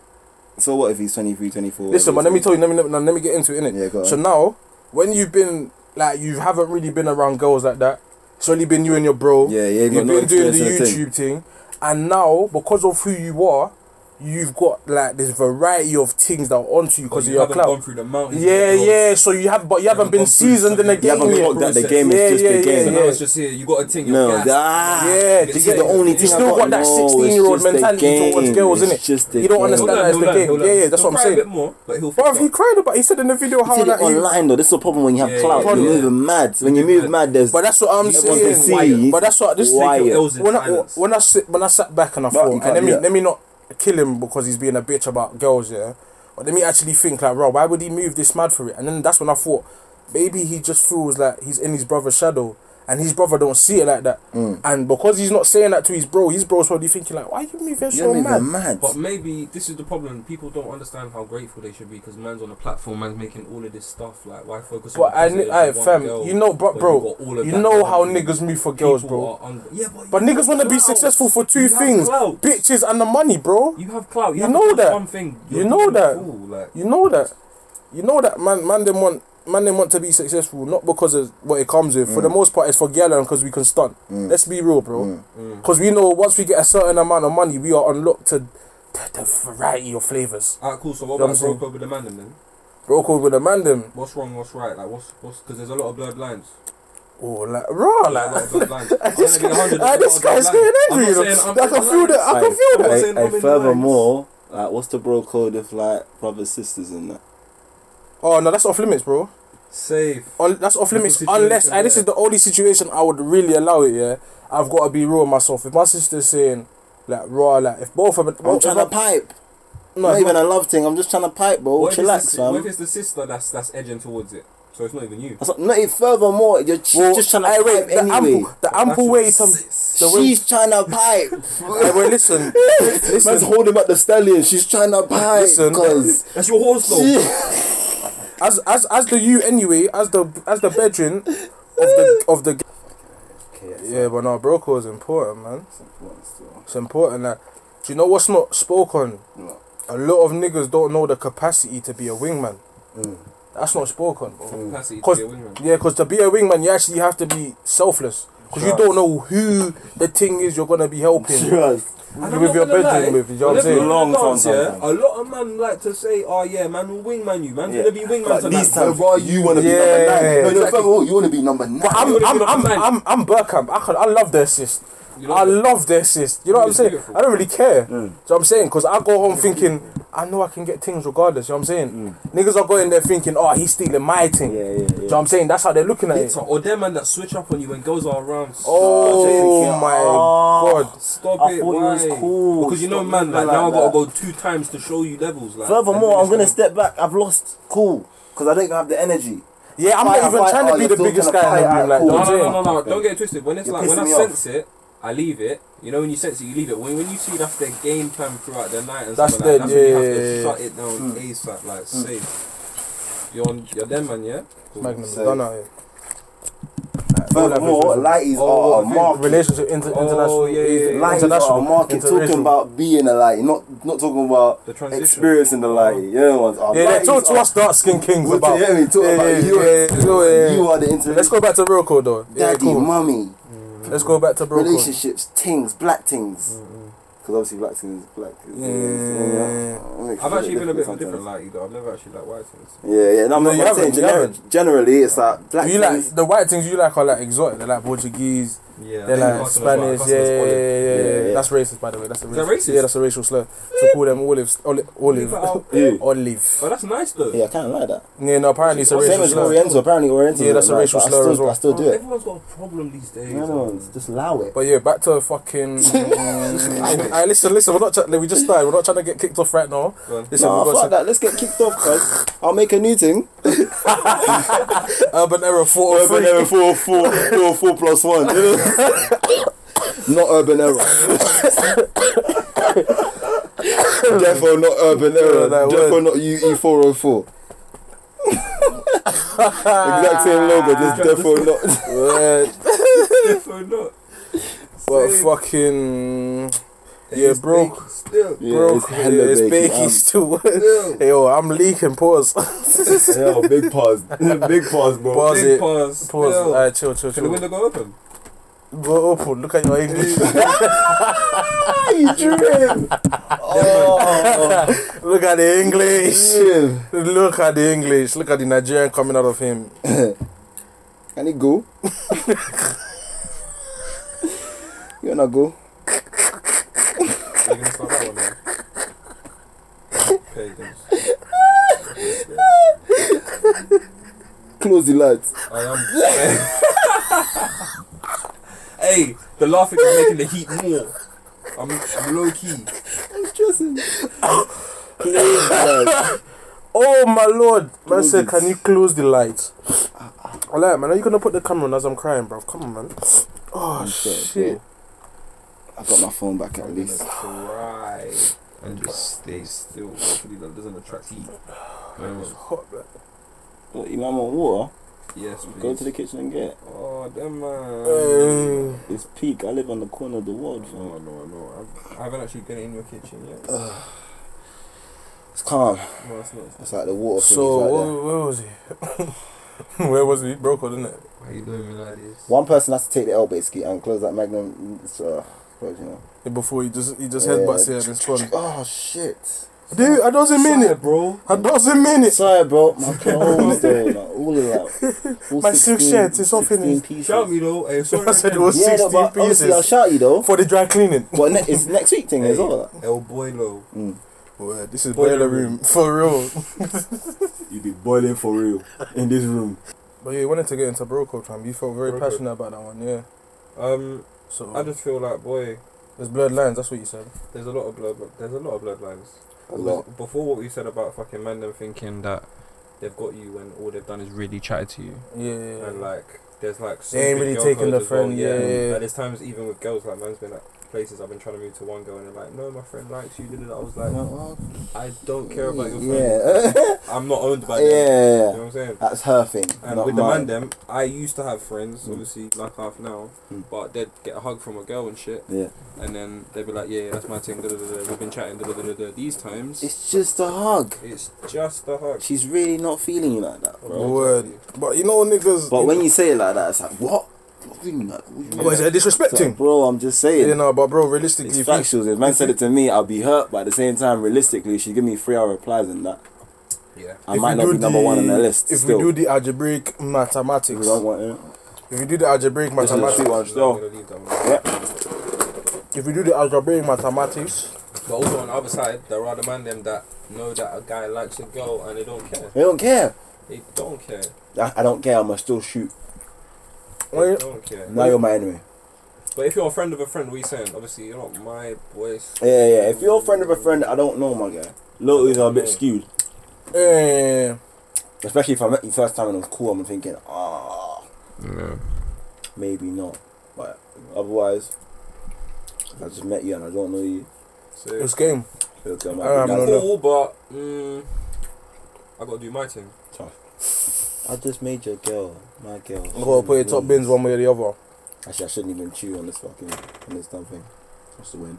Speaker 4: So what if he's 23, 24?
Speaker 2: Listen, man, let me tell you. Let me let me, let me get into it. Innit?
Speaker 4: Yeah, go on.
Speaker 2: So now, when you've been like you haven't really been around girls like that. It's only been you and your bro.
Speaker 4: Yeah, yeah, you
Speaker 2: You've
Speaker 4: got no
Speaker 2: been doing the
Speaker 4: experience in the
Speaker 2: YouTube thing, and now because of who you are, you've got like this variety of things that are onto you
Speaker 5: But
Speaker 2: because
Speaker 5: Oh, you
Speaker 2: of your
Speaker 5: haven't
Speaker 2: clout.
Speaker 5: gone through the
Speaker 4: Oh,
Speaker 5: mountains.
Speaker 2: Yeah,
Speaker 5: yet, bro.
Speaker 2: yeah. So you have, but you, haven't
Speaker 5: haven't
Speaker 2: been
Speaker 5: gone through
Speaker 2: seasoned in the
Speaker 5: something. You
Speaker 2: game yet.
Speaker 4: haven't looked at the
Speaker 2: Process.
Speaker 4: game, it's just the
Speaker 5: So
Speaker 4: game.
Speaker 2: Yeah,
Speaker 5: now
Speaker 2: yeah,
Speaker 5: it's just here. You got a thing.
Speaker 4: No,
Speaker 5: No,
Speaker 4: the-
Speaker 5: gas.
Speaker 4: ah,
Speaker 5: This
Speaker 2: yeah. do you
Speaker 5: is
Speaker 2: get
Speaker 4: the
Speaker 2: it?
Speaker 4: only
Speaker 2: you
Speaker 4: thing I
Speaker 2: still
Speaker 4: got.
Speaker 2: got that
Speaker 4: No, it's
Speaker 2: sixteen-year-old
Speaker 4: just the
Speaker 2: mentality towards
Speaker 4: game.
Speaker 2: girls,
Speaker 4: It's
Speaker 2: innit?
Speaker 4: just the
Speaker 2: you don't
Speaker 4: game.
Speaker 5: He'll
Speaker 2: understand
Speaker 5: learn,
Speaker 2: that it's
Speaker 5: he'll
Speaker 2: the
Speaker 5: learn,
Speaker 2: game.
Speaker 5: he'll
Speaker 2: Yeah,
Speaker 5: learn.
Speaker 2: yeah. That's
Speaker 5: He'll
Speaker 2: what I'm
Speaker 5: cry A
Speaker 2: saying.
Speaker 5: bit more, but he'll.
Speaker 2: Bro,
Speaker 5: fix
Speaker 2: he
Speaker 5: up.
Speaker 2: cried about. He said in the video
Speaker 4: You
Speaker 2: how
Speaker 4: did it
Speaker 2: that he-
Speaker 4: online though. This is a problem when you have
Speaker 5: Yeah,
Speaker 4: clout.
Speaker 5: yeah,
Speaker 4: You're
Speaker 2: yeah.
Speaker 4: moving mad. When you move mad, there's
Speaker 2: But that's what I'm
Speaker 4: you want to
Speaker 2: saying.
Speaker 4: see.
Speaker 2: But that's what this
Speaker 5: Take
Speaker 4: Why?
Speaker 5: your
Speaker 4: Why?
Speaker 5: L's in
Speaker 2: when I
Speaker 5: silence.
Speaker 2: when I sit when I sat back and I
Speaker 4: But
Speaker 2: thought,
Speaker 4: you
Speaker 2: and
Speaker 4: can't
Speaker 2: let
Speaker 4: do
Speaker 2: me
Speaker 4: that.
Speaker 2: let me not kill him because he's being a bitch about girls, yeah. But let me actually think like, bro, why would he move this mad for it? And then that's when I thought, maybe he just feels like he's in his brother's shadow, and his brother don't see it like that.
Speaker 4: Mm.
Speaker 2: And because he's not saying that to his bro, his bro's probably thinking like, why you moving so
Speaker 4: You're
Speaker 2: mad?
Speaker 4: moving mad.
Speaker 5: But maybe this is the problem. People don't understand how grateful they should be because man's on a platform, man's making all of this stuff. Like, why focus on
Speaker 2: But I,
Speaker 5: positive
Speaker 2: I,
Speaker 5: one
Speaker 2: fam,
Speaker 5: girl
Speaker 2: you know, bro,
Speaker 5: when
Speaker 2: bro,
Speaker 5: got all of
Speaker 2: you
Speaker 5: that
Speaker 2: know
Speaker 5: going
Speaker 2: how
Speaker 5: for you?
Speaker 2: niggas move for girls,
Speaker 5: People
Speaker 2: bro.
Speaker 5: are un- yeah, but,
Speaker 2: But
Speaker 5: you
Speaker 2: niggas
Speaker 5: have
Speaker 2: want to be
Speaker 5: clout.
Speaker 2: successful for two
Speaker 5: You have
Speaker 2: things:
Speaker 5: clout.
Speaker 2: bitches and the money, bro.
Speaker 5: You have clout.
Speaker 2: You
Speaker 5: have
Speaker 2: know
Speaker 5: to do
Speaker 2: that.
Speaker 5: One thing.
Speaker 2: You
Speaker 5: You're
Speaker 2: know
Speaker 5: doing
Speaker 2: that.
Speaker 5: cool, like-
Speaker 2: You know that. You know that man man them want man them want to be successful not because of what it comes with. For the most part it's for gala and cause we can stunt.
Speaker 4: Mm.
Speaker 2: Let's be real, bro.
Speaker 5: mm.
Speaker 2: Cause we know once we get a certain amount of money we are unlocked to the, the variety of flavours.
Speaker 5: Alright, cool. So what
Speaker 2: You know
Speaker 5: about
Speaker 2: what I'm
Speaker 5: broke over the man then?
Speaker 2: Bro called with a man them.
Speaker 5: What's wrong? What's right? Like what's what's because there's a lot of blurred lines.
Speaker 2: Oh like raw
Speaker 5: There's a lot of blurred
Speaker 2: like
Speaker 5: lines. I'm gonna
Speaker 2: this,
Speaker 5: be 100,
Speaker 2: guy, uh,
Speaker 5: there's a lot
Speaker 2: this
Speaker 5: of
Speaker 2: guy's
Speaker 5: blurred
Speaker 2: getting
Speaker 5: lines.
Speaker 2: angry. You
Speaker 5: I'm
Speaker 2: know?
Speaker 5: not saying I'm
Speaker 2: I can
Speaker 5: not
Speaker 2: feel
Speaker 5: lying.
Speaker 2: that. I can feel that.
Speaker 5: I'm
Speaker 4: Hey,
Speaker 5: saying
Speaker 4: hey,
Speaker 5: women
Speaker 4: furthermore, like, what's the bro code if like brothers sisters and that?
Speaker 2: Oh no, that's off limits, bro.
Speaker 5: Safe.
Speaker 2: Un- that's off
Speaker 5: Little
Speaker 2: limits
Speaker 5: situation,
Speaker 2: unless and this
Speaker 5: yeah.
Speaker 2: is the only situation I would really allow it. Yeah, I've got to be real with myself. If my sister's saying like raw, like if both of them,
Speaker 4: I'm trying to pipe.
Speaker 2: no,
Speaker 4: not
Speaker 2: if
Speaker 4: even
Speaker 2: my-
Speaker 4: a love thing. I'm just trying to pipe,
Speaker 2: Oh,
Speaker 4: bro.
Speaker 5: What if it's the
Speaker 4: Chillax,
Speaker 5: si- what if
Speaker 4: fam.
Speaker 5: it's the sister that's that's edging towards it? So it's not even you.
Speaker 4: That's not- No, it- furthermore, you're ch-
Speaker 2: Well,
Speaker 4: just trying
Speaker 2: aye,
Speaker 4: to
Speaker 2: wait,
Speaker 4: pipe
Speaker 2: the
Speaker 4: anyway.
Speaker 2: ample, the ample way to the way.
Speaker 4: She's trying to pipe.
Speaker 2: Aye, well, listen,
Speaker 4: Man's
Speaker 2: listen.
Speaker 4: holding up the stallion. She's trying to pipe.
Speaker 2: Listen.
Speaker 4: cuz.
Speaker 5: That's your horse though.
Speaker 2: As as as the you anyway, as the as the bedroom of the of the. Yeah, but no, broco is important, man. It's important. Like, do you know what's not spoken?
Speaker 4: What?
Speaker 2: A lot of niggas don't know the capacity to be a wingman.
Speaker 4: Mm.
Speaker 2: That's not spoken, bro.
Speaker 5: Capacity to
Speaker 2: Cause-
Speaker 5: be a wingman.
Speaker 2: Yeah, because to be a wingman, you actually have to be selfless. Because you
Speaker 4: Trust.
Speaker 2: don't know who the thing is you're going to be helping.
Speaker 4: Trust.
Speaker 5: And I'm not
Speaker 2: with your
Speaker 5: gonna
Speaker 2: bedroom
Speaker 5: lie,
Speaker 2: with, you know what I'm
Speaker 5: whenever
Speaker 2: saying?
Speaker 5: you're in the
Speaker 6: Long
Speaker 5: dance,
Speaker 6: time
Speaker 5: yeah, a
Speaker 6: sometimes.
Speaker 5: lot of men like to say, "Oh yeah, man will wingman you. Man's
Speaker 6: Yeah.
Speaker 5: gonna be wingman
Speaker 4: Like
Speaker 5: tonight."
Speaker 4: these times,
Speaker 5: Bro,
Speaker 4: you want to be
Speaker 2: Yeah,
Speaker 4: number nine.
Speaker 2: yeah,
Speaker 4: no, no,
Speaker 5: exactly.
Speaker 4: fuck all, you want to be number nine.
Speaker 2: But I'm,
Speaker 5: would've
Speaker 2: I'm,
Speaker 5: been off
Speaker 2: I'm,
Speaker 5: the
Speaker 2: I'm, I'm Burkamp. I, could, I love their assist.
Speaker 5: You
Speaker 2: I
Speaker 5: know,
Speaker 2: love their assist. You know what I'm
Speaker 5: It's
Speaker 2: saying?
Speaker 5: beautiful.
Speaker 2: I don't really care.
Speaker 4: Mm.
Speaker 2: So I'm saying? Because I go home thinking, I know I can get things regardless. You know what I'm saying?
Speaker 4: Mm.
Speaker 2: Niggas are going there thinking, oh, he's stealing my thing.
Speaker 6: Yeah, yeah,
Speaker 2: You
Speaker 6: yeah.
Speaker 2: know what I'm saying? That's how they're looking at it.
Speaker 5: bitter. or them man that switch up on you when girls are around.
Speaker 2: Oh my god.
Speaker 5: Stop
Speaker 6: I
Speaker 5: it!
Speaker 6: thought you
Speaker 5: Why?
Speaker 6: was cool.
Speaker 5: Because you know,
Speaker 6: Stop
Speaker 5: man, like
Speaker 6: moving
Speaker 5: now I
Speaker 6: like
Speaker 5: gotta
Speaker 6: that.
Speaker 5: go two times to show you levels. Like,
Speaker 6: Furthermore, I'm
Speaker 5: and then
Speaker 6: gonna
Speaker 5: it's
Speaker 6: step back. I've lost cool because I don't have the energy.
Speaker 2: Yeah, I'm
Speaker 4: Fight,
Speaker 2: not even
Speaker 4: fight,
Speaker 2: trying
Speaker 4: oh,
Speaker 2: to be
Speaker 4: you're
Speaker 2: the
Speaker 4: still
Speaker 2: biggest
Speaker 4: gonna
Speaker 2: guy in the
Speaker 4: fight,
Speaker 2: room. Like,
Speaker 4: alright,
Speaker 2: you know
Speaker 5: No,
Speaker 2: what
Speaker 5: no, no,
Speaker 2: I'm saying?
Speaker 5: no, no, Don't get it twisted. When it's
Speaker 4: You're
Speaker 5: like when
Speaker 4: pissing
Speaker 5: I
Speaker 4: me off.
Speaker 5: sense it, I leave it. You know, when you sense it, you leave it. When when you see that's their game plan throughout the night and
Speaker 2: That's
Speaker 5: stuff like that,
Speaker 2: dead,
Speaker 5: that's when you have
Speaker 2: yeah, yeah, Mm.
Speaker 5: to
Speaker 2: yeah.
Speaker 5: shut it down ASAP. Like, safe. You're on, you're them, man. Yeah. Cool.
Speaker 2: Magnum,
Speaker 4: So-
Speaker 2: done out here.
Speaker 4: Furthermore, lighties
Speaker 5: Oh,
Speaker 4: are
Speaker 5: I
Speaker 4: a
Speaker 5: think
Speaker 4: market.
Speaker 2: Relationship, inter-
Speaker 5: Oh,
Speaker 2: international,
Speaker 5: yeah, yeah, yeah.
Speaker 4: Lighties
Speaker 2: international
Speaker 4: are a market. Talking
Speaker 2: international.
Speaker 4: about being a lighty, not not talking about
Speaker 5: The transition.
Speaker 4: experiencing the lighty. You know what I'm
Speaker 2: Yeah, yeah, talk to us dark skin kings
Speaker 4: What
Speaker 2: about.
Speaker 4: you hear me? Talk
Speaker 2: yeah,
Speaker 4: about
Speaker 2: yeah,
Speaker 4: you.
Speaker 2: yeah, yeah, no, yeah, yeah.
Speaker 4: You are the internet.
Speaker 2: Let's go back to Broco though. Yeah,
Speaker 4: Daddy,
Speaker 2: cool.
Speaker 4: mummy,
Speaker 2: Let's go back to Broco.
Speaker 4: relationships, things, black things. Because obviously black things, black.
Speaker 2: Mm, Yeah.
Speaker 5: I've actually been a bit of a different like you though. I've never actually liked white things.
Speaker 4: Yeah, yeah. No, I'm
Speaker 2: No, you
Speaker 4: not
Speaker 2: haven't,
Speaker 4: saying
Speaker 2: you
Speaker 4: gener-
Speaker 2: haven't.
Speaker 4: generally it's like black
Speaker 2: You
Speaker 4: things.
Speaker 2: like the white things you like are like exotic. They're like Portuguese.
Speaker 5: Yeah.
Speaker 2: They're like Spanish. Yeah, yeah, yeah, yeah,
Speaker 4: olive. Yeah, yeah.
Speaker 2: yeah. That's racist, by the way. That's a
Speaker 5: Is that
Speaker 2: raci-
Speaker 5: racist?
Speaker 2: Yeah, that's a racial slur. So call them olives. Olive.
Speaker 5: Leave
Speaker 2: Olive.
Speaker 5: it out.
Speaker 4: Ew.
Speaker 2: olive.
Speaker 5: Oh, that's nice though.
Speaker 6: Yeah, I kind of like that.
Speaker 2: Yeah, no. Apparently, it's a
Speaker 5: Same
Speaker 6: Same
Speaker 2: racial
Speaker 6: as
Speaker 2: slur.
Speaker 6: Oriental. Apparently, Oriental.
Speaker 2: Yeah, that's
Speaker 6: don't
Speaker 2: a
Speaker 6: like,
Speaker 2: racial
Speaker 6: but I
Speaker 2: slur
Speaker 6: still-
Speaker 2: as well.
Speaker 6: I still do it.
Speaker 5: Oh, Everyone's got a problem these days.
Speaker 6: No, no, no, just allow it.
Speaker 2: But yeah, back to fucking. I listen, listen. We're not. Tra- we just started. We're not trying to get kicked off right now.
Speaker 5: Go on.
Speaker 2: Listen,
Speaker 6: Nah,
Speaker 2: we've
Speaker 6: fuck
Speaker 2: got some
Speaker 6: that. Let's get kicked off, cuz. I'll make a new thing.
Speaker 2: urban error four or three.
Speaker 6: four, four, four, four plus one. not urban error. Defo not urban
Speaker 2: error. Yeah, that Defo word.
Speaker 6: not UE four oh four. exact same logo, just defo not.
Speaker 2: Word.
Speaker 5: Or not.
Speaker 2: But
Speaker 5: Same.
Speaker 2: fucking yeah,
Speaker 5: It's
Speaker 2: bro,
Speaker 5: big Still.
Speaker 6: Yeah,
Speaker 2: bro,
Speaker 6: it's hella
Speaker 2: yeah, it's
Speaker 6: big. Um,
Speaker 2: bakey still.
Speaker 5: Still.
Speaker 2: Yo, I'm leaking. Pause,
Speaker 6: Yo, big pause, big pause, bro.
Speaker 2: pause
Speaker 5: Big
Speaker 2: it.
Speaker 5: pass.
Speaker 2: Pause.
Speaker 5: Still.
Speaker 2: Alright, chill, chill,
Speaker 5: Can the window
Speaker 2: chill.
Speaker 5: go open?
Speaker 2: Go open. Look at your English.
Speaker 6: you dream. Oh,
Speaker 2: Look at the English.
Speaker 6: shit.
Speaker 2: Look at the English. Look at the Nigerian coming out of him.
Speaker 6: Can it go? you wanna
Speaker 5: Are
Speaker 6: go?
Speaker 5: you gonna start that one now? Pagans.
Speaker 6: Close the lights.
Speaker 5: I am. hey, the laughing is making the heat more. I'm, I'm low key.
Speaker 6: Close the lights.
Speaker 2: Oh my lord! Man
Speaker 6: Close
Speaker 2: said,
Speaker 6: it.
Speaker 2: "Can you close the lights?" I like, man. Are you gonna put the camera on as I'm crying, bro? Come on, man. Oh
Speaker 6: I'm dead,
Speaker 2: shit!
Speaker 6: I got my phone back at
Speaker 5: I'm gonna
Speaker 6: least.
Speaker 5: cry and just stay still. Hopefully that doesn't attract heat.
Speaker 2: Hot, man.
Speaker 6: What, you man want water?
Speaker 5: Yes, please.
Speaker 6: Go to the Oh. kitchen and get it.
Speaker 5: Oh, damn man.
Speaker 2: Uh,
Speaker 6: It's peak. I live on the corner of the world, fam.
Speaker 5: No, no, no. I've, I haven't actually been in your kitchen yet.
Speaker 6: Uh. It's calm.
Speaker 5: No, it's not. It's not.
Speaker 6: It's like the water. thing
Speaker 2: So uh,
Speaker 6: is like that.
Speaker 2: where, where was he? where was he? Broke or didn't it?
Speaker 5: Why you doing me like this?
Speaker 6: One person has to take the L basically and close that magnum. So, you know.
Speaker 2: Yeah, Before he just he just
Speaker 6: Yeah.
Speaker 2: headbutts here and it's gone.
Speaker 6: Oh shit!
Speaker 2: Dude, I doesn't mean
Speaker 5: Sorry,
Speaker 2: it.
Speaker 5: bro.
Speaker 2: I doesn't mean it.
Speaker 6: Sorry, bro. My clothes, though, like, all of that. All
Speaker 2: My silk
Speaker 6: 16
Speaker 2: shirt is off in
Speaker 6: 16
Speaker 2: it.
Speaker 6: pieces.
Speaker 5: Shout me though. Hey, sorry.
Speaker 2: I said it
Speaker 5: again.
Speaker 2: was
Speaker 6: Yeah, no,
Speaker 2: 16
Speaker 6: but obviously I'll
Speaker 2: pieces
Speaker 6: shout you though.
Speaker 2: for the dry cleaning.
Speaker 6: But ne- it's next week thing as well.
Speaker 5: El Boilo.
Speaker 6: Mm.
Speaker 2: Word, this is
Speaker 5: Boiler
Speaker 2: boiler
Speaker 5: room.
Speaker 2: room for real.
Speaker 4: You be boiling for real in this room.
Speaker 2: But yeah, you wanted to get into Broco, fam. You felt very
Speaker 5: Broco.
Speaker 2: passionate about that one, yeah.
Speaker 5: Um,
Speaker 2: So
Speaker 5: I just feel like boy,
Speaker 2: there's blurred lines. That's what you said.
Speaker 5: there's a lot of blood. There's a lot of bloodlines.
Speaker 6: A lot.
Speaker 5: Before what you said about fucking men, them thinking that they've got you when all they've done is really chatted to you,
Speaker 2: Yeah, yeah,
Speaker 5: and
Speaker 2: yeah.
Speaker 5: like there's like some
Speaker 2: They ain't
Speaker 5: big
Speaker 2: really
Speaker 5: girl
Speaker 2: taking
Speaker 5: codes
Speaker 2: the
Speaker 5: as well,
Speaker 2: friend, yeah, yeah, yeah.
Speaker 5: Like, there's times even with girls, like man's been at places I've been trying to move to one girl, and they're like, no, my friend likes you. Did it? I was like, I don't care about your friend.
Speaker 6: Yeah.
Speaker 5: I'm not owned by
Speaker 6: yeah,
Speaker 5: them. You know
Speaker 6: yeah,
Speaker 5: what I'm saying?
Speaker 6: That's her thing.
Speaker 5: And
Speaker 6: not
Speaker 5: with the man
Speaker 6: mine.
Speaker 5: them, I used to have friends,
Speaker 2: Mm.
Speaker 5: obviously like half now,
Speaker 6: Mm.
Speaker 5: but they'd get a hug from a girl and shit,
Speaker 6: Yeah.
Speaker 5: and then they'd be like, yeah, yeah, that's my thing. Da, da, da, da. We've been chatting. Da, da, da, da, da. These times, it's,
Speaker 6: It's just a hug.
Speaker 5: just a hug.
Speaker 6: She's really not feeling you like that, bro.
Speaker 2: Word. But you know, niggas.
Speaker 6: But when you say it like that, it's like what?
Speaker 4: loving. Like, what you-
Speaker 2: But is it
Speaker 4: It's like,
Speaker 2: disrespecting?
Speaker 4: bro, I'm just saying.
Speaker 2: You know, but bro, realistically,
Speaker 4: It's
Speaker 2: if you-
Speaker 4: factual. If man said it to me, I'll be hurt. But at the same time, realistically, she give me three hour replies and that
Speaker 5: Yeah.
Speaker 4: I
Speaker 2: if
Speaker 4: might
Speaker 2: we
Speaker 4: not
Speaker 2: do
Speaker 4: be number one on the list.
Speaker 2: If
Speaker 4: still.
Speaker 2: we do the algebraic
Speaker 4: If
Speaker 2: mathematics,
Speaker 4: we don't want it.
Speaker 2: if we do the algebraic
Speaker 4: This is a
Speaker 2: mathematics,
Speaker 4: sweet one
Speaker 5: No, I'm
Speaker 4: still.
Speaker 5: gonna leave that one.
Speaker 2: if we do the algebraic mathematics,
Speaker 5: But also on the other side, there are the man them that know that a guy likes a girl and they don't care.
Speaker 4: They don't care.
Speaker 5: They don't care.
Speaker 4: I, I don't care. I'ma still shoot.
Speaker 5: They
Speaker 2: Well,
Speaker 5: don't care.
Speaker 4: Now you're my enemy.
Speaker 5: But if you're a friend of a friend, what are you saying? Obviously, you're not my voice.
Speaker 4: Yeah, yeah. yeah. If you're a friend of a friend, I don't know, my guy. Little is a bit skewed.
Speaker 2: eh,
Speaker 4: Especially if I met you first time and it was cool, I'm thinking, ah,
Speaker 1: Yeah.
Speaker 4: maybe not. But otherwise, if I just met you and I don't know you.
Speaker 5: So
Speaker 2: it's game.
Speaker 4: Okay, I might
Speaker 2: Um,
Speaker 4: be
Speaker 2: no,
Speaker 4: down.
Speaker 2: no.
Speaker 5: cool, but mm, I gotta do my thing.
Speaker 4: I just made your girl, my girl.
Speaker 2: I'm gonna put your top bins one way or the other.
Speaker 4: Actually, I shouldn't even chew on this fucking on this damn thing. What's the wind?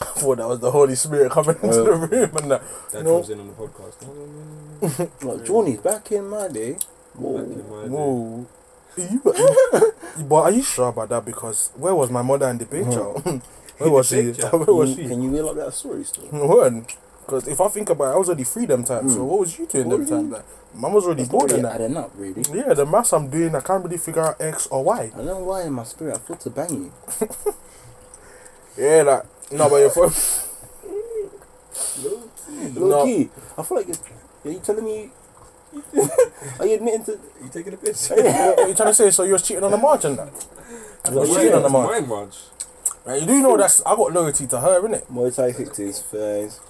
Speaker 2: I thought that was the Holy Spirit coming into
Speaker 4: Well.
Speaker 2: the room and that.
Speaker 5: That
Speaker 2: No.
Speaker 5: comes in on the podcast. No, no, no, no,
Speaker 4: Like Johnny, back in my day.
Speaker 5: no.
Speaker 4: Whoa.
Speaker 5: Back in my day.
Speaker 2: Whoa. You bet- but are you sure about that? Because where was my mother in the picture? where was she?
Speaker 5: picture?
Speaker 2: where was she?
Speaker 4: Can you wheel up that story still?
Speaker 2: Because if I think about it, I was already free them time. So
Speaker 4: Mm.
Speaker 2: what was you doing
Speaker 4: What
Speaker 2: them
Speaker 4: were
Speaker 2: time?
Speaker 4: you-
Speaker 2: Like, mum was already
Speaker 4: That's not
Speaker 2: bored
Speaker 4: really
Speaker 2: and that.
Speaker 4: adding up, really.
Speaker 2: Yeah, the maths I'm doing, I can't really figure out X or Y.
Speaker 4: I don't know why in my spirit I feel to bang you.
Speaker 2: Yeah, like no, but your phone.
Speaker 4: Low
Speaker 2: No.
Speaker 4: key, I feel like it's, are you telling me? are you admitting to?
Speaker 5: You taking a piss?
Speaker 2: what, what you trying to say? So you was cheating on the march and that? You was cheating on the march.
Speaker 5: Mine, Raj.
Speaker 2: Right, you do know that's I got loyalty to her, innit?
Speaker 4: Muay Thai fixes face.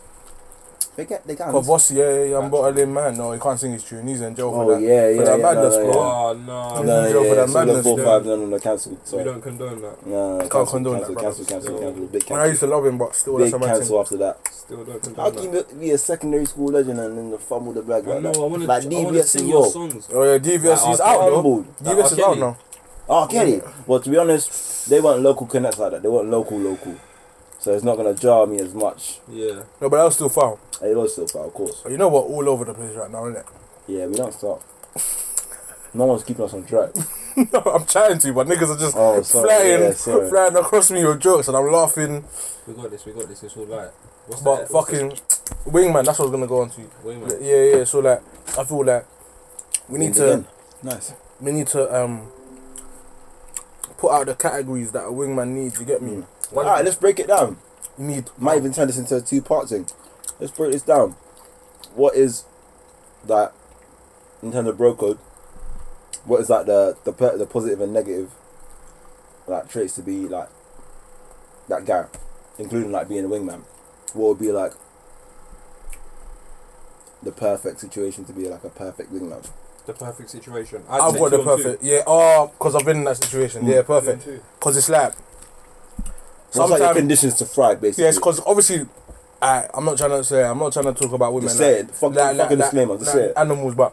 Speaker 4: They get they can't.
Speaker 2: Cause boss, yeah, yeah, I'm bottling man. No, he can't sing his tune. He's in jail for
Speaker 4: Oh
Speaker 2: that.
Speaker 4: yeah, yeah,
Speaker 2: For that
Speaker 4: yeah,
Speaker 2: madness,
Speaker 4: no, no,
Speaker 2: bro.
Speaker 4: yeah.
Speaker 5: Oh no,
Speaker 4: No,
Speaker 2: Joe,
Speaker 4: yeah,
Speaker 2: for that
Speaker 4: so the
Speaker 2: madness,
Speaker 4: four
Speaker 5: yeah.
Speaker 4: five no no no cancelled.
Speaker 5: we
Speaker 4: Sorry,
Speaker 5: don't condone that.
Speaker 4: no
Speaker 2: Can't
Speaker 4: cancel,
Speaker 2: condone that,
Speaker 4: cancel,
Speaker 2: brother.
Speaker 4: cancel, cancel,
Speaker 5: No.
Speaker 4: cancel, big
Speaker 2: And I
Speaker 4: cancel,
Speaker 2: used to love him, but still,
Speaker 4: big
Speaker 2: that's a man thing.
Speaker 4: cancel after that.
Speaker 5: Still don't
Speaker 4: How
Speaker 5: condone
Speaker 4: can
Speaker 5: that.
Speaker 4: you be a secondary school legend and then fumble the bag
Speaker 5: I
Speaker 4: like
Speaker 5: know.
Speaker 4: that?
Speaker 5: I wanna,
Speaker 4: Like
Speaker 5: I wanna
Speaker 4: DBS
Speaker 5: sing
Speaker 4: and
Speaker 5: your
Speaker 4: yo.
Speaker 5: songs.
Speaker 2: Oh yeah, DVS
Speaker 5: Nah,
Speaker 2: is
Speaker 5: I'll
Speaker 2: out though.
Speaker 4: Fumbled.
Speaker 5: Nah,
Speaker 2: DVS is
Speaker 5: I'll
Speaker 2: out
Speaker 5: get
Speaker 2: now.
Speaker 4: Oh, I get it. But to be honest, they weren't local connects like that. They weren't local local, so it's not gonna jar me as much.
Speaker 5: Yeah.
Speaker 2: No, but that was still foul.
Speaker 4: It also, but of course.
Speaker 2: But you know what? All over the place right now, isn't it?
Speaker 4: Yeah, we don't stop. No one's keeping us on track.
Speaker 2: No, I'm trying to, but niggas are just
Speaker 4: Oh, sorry.
Speaker 2: flying,
Speaker 4: yeah, sorry.
Speaker 2: flying across me with jokes, and I'm laughing.
Speaker 5: We got this. We got this. It's all right. What's
Speaker 2: But
Speaker 5: that? What's
Speaker 2: fucking wingman, that's what I was gonna go on to.
Speaker 5: that? Wait a minute.
Speaker 2: Yeah, yeah. So like, I feel like we need
Speaker 4: Wind
Speaker 2: to
Speaker 4: again. Nice.
Speaker 2: we need to um put out the categories that a wingman needs. You get me?
Speaker 4: Mm. All right, let's break it down.
Speaker 2: You need
Speaker 4: Might even turn this into a two-part thing. Let's break this down. What is that in terms of bro code? What is that the the per- the positive and negative like traits to be like that guy, including like being a wingman? What would be like the perfect situation to be like a perfect wingman?
Speaker 5: The perfect situation. I'd
Speaker 2: I've
Speaker 5: say
Speaker 2: got the
Speaker 5: two on two.
Speaker 2: perfect. Yeah. Oh, because I've been in that
Speaker 4: Mm.
Speaker 2: situation. Yeah,
Speaker 5: Two on
Speaker 2: perfect.
Speaker 5: two.
Speaker 2: Because it's like
Speaker 4: Sometimes like your
Speaker 2: sometimes.
Speaker 4: conditions to thrive, basically.
Speaker 2: Yes, because obviously, I I'm not trying to say I'm not trying to talk about women.
Speaker 4: Just
Speaker 2: like-
Speaker 4: say it. Fuck,
Speaker 2: like- like-
Speaker 4: fucking
Speaker 2: like-
Speaker 4: disclaimer. Just say
Speaker 2: like
Speaker 4: it.
Speaker 2: animals, but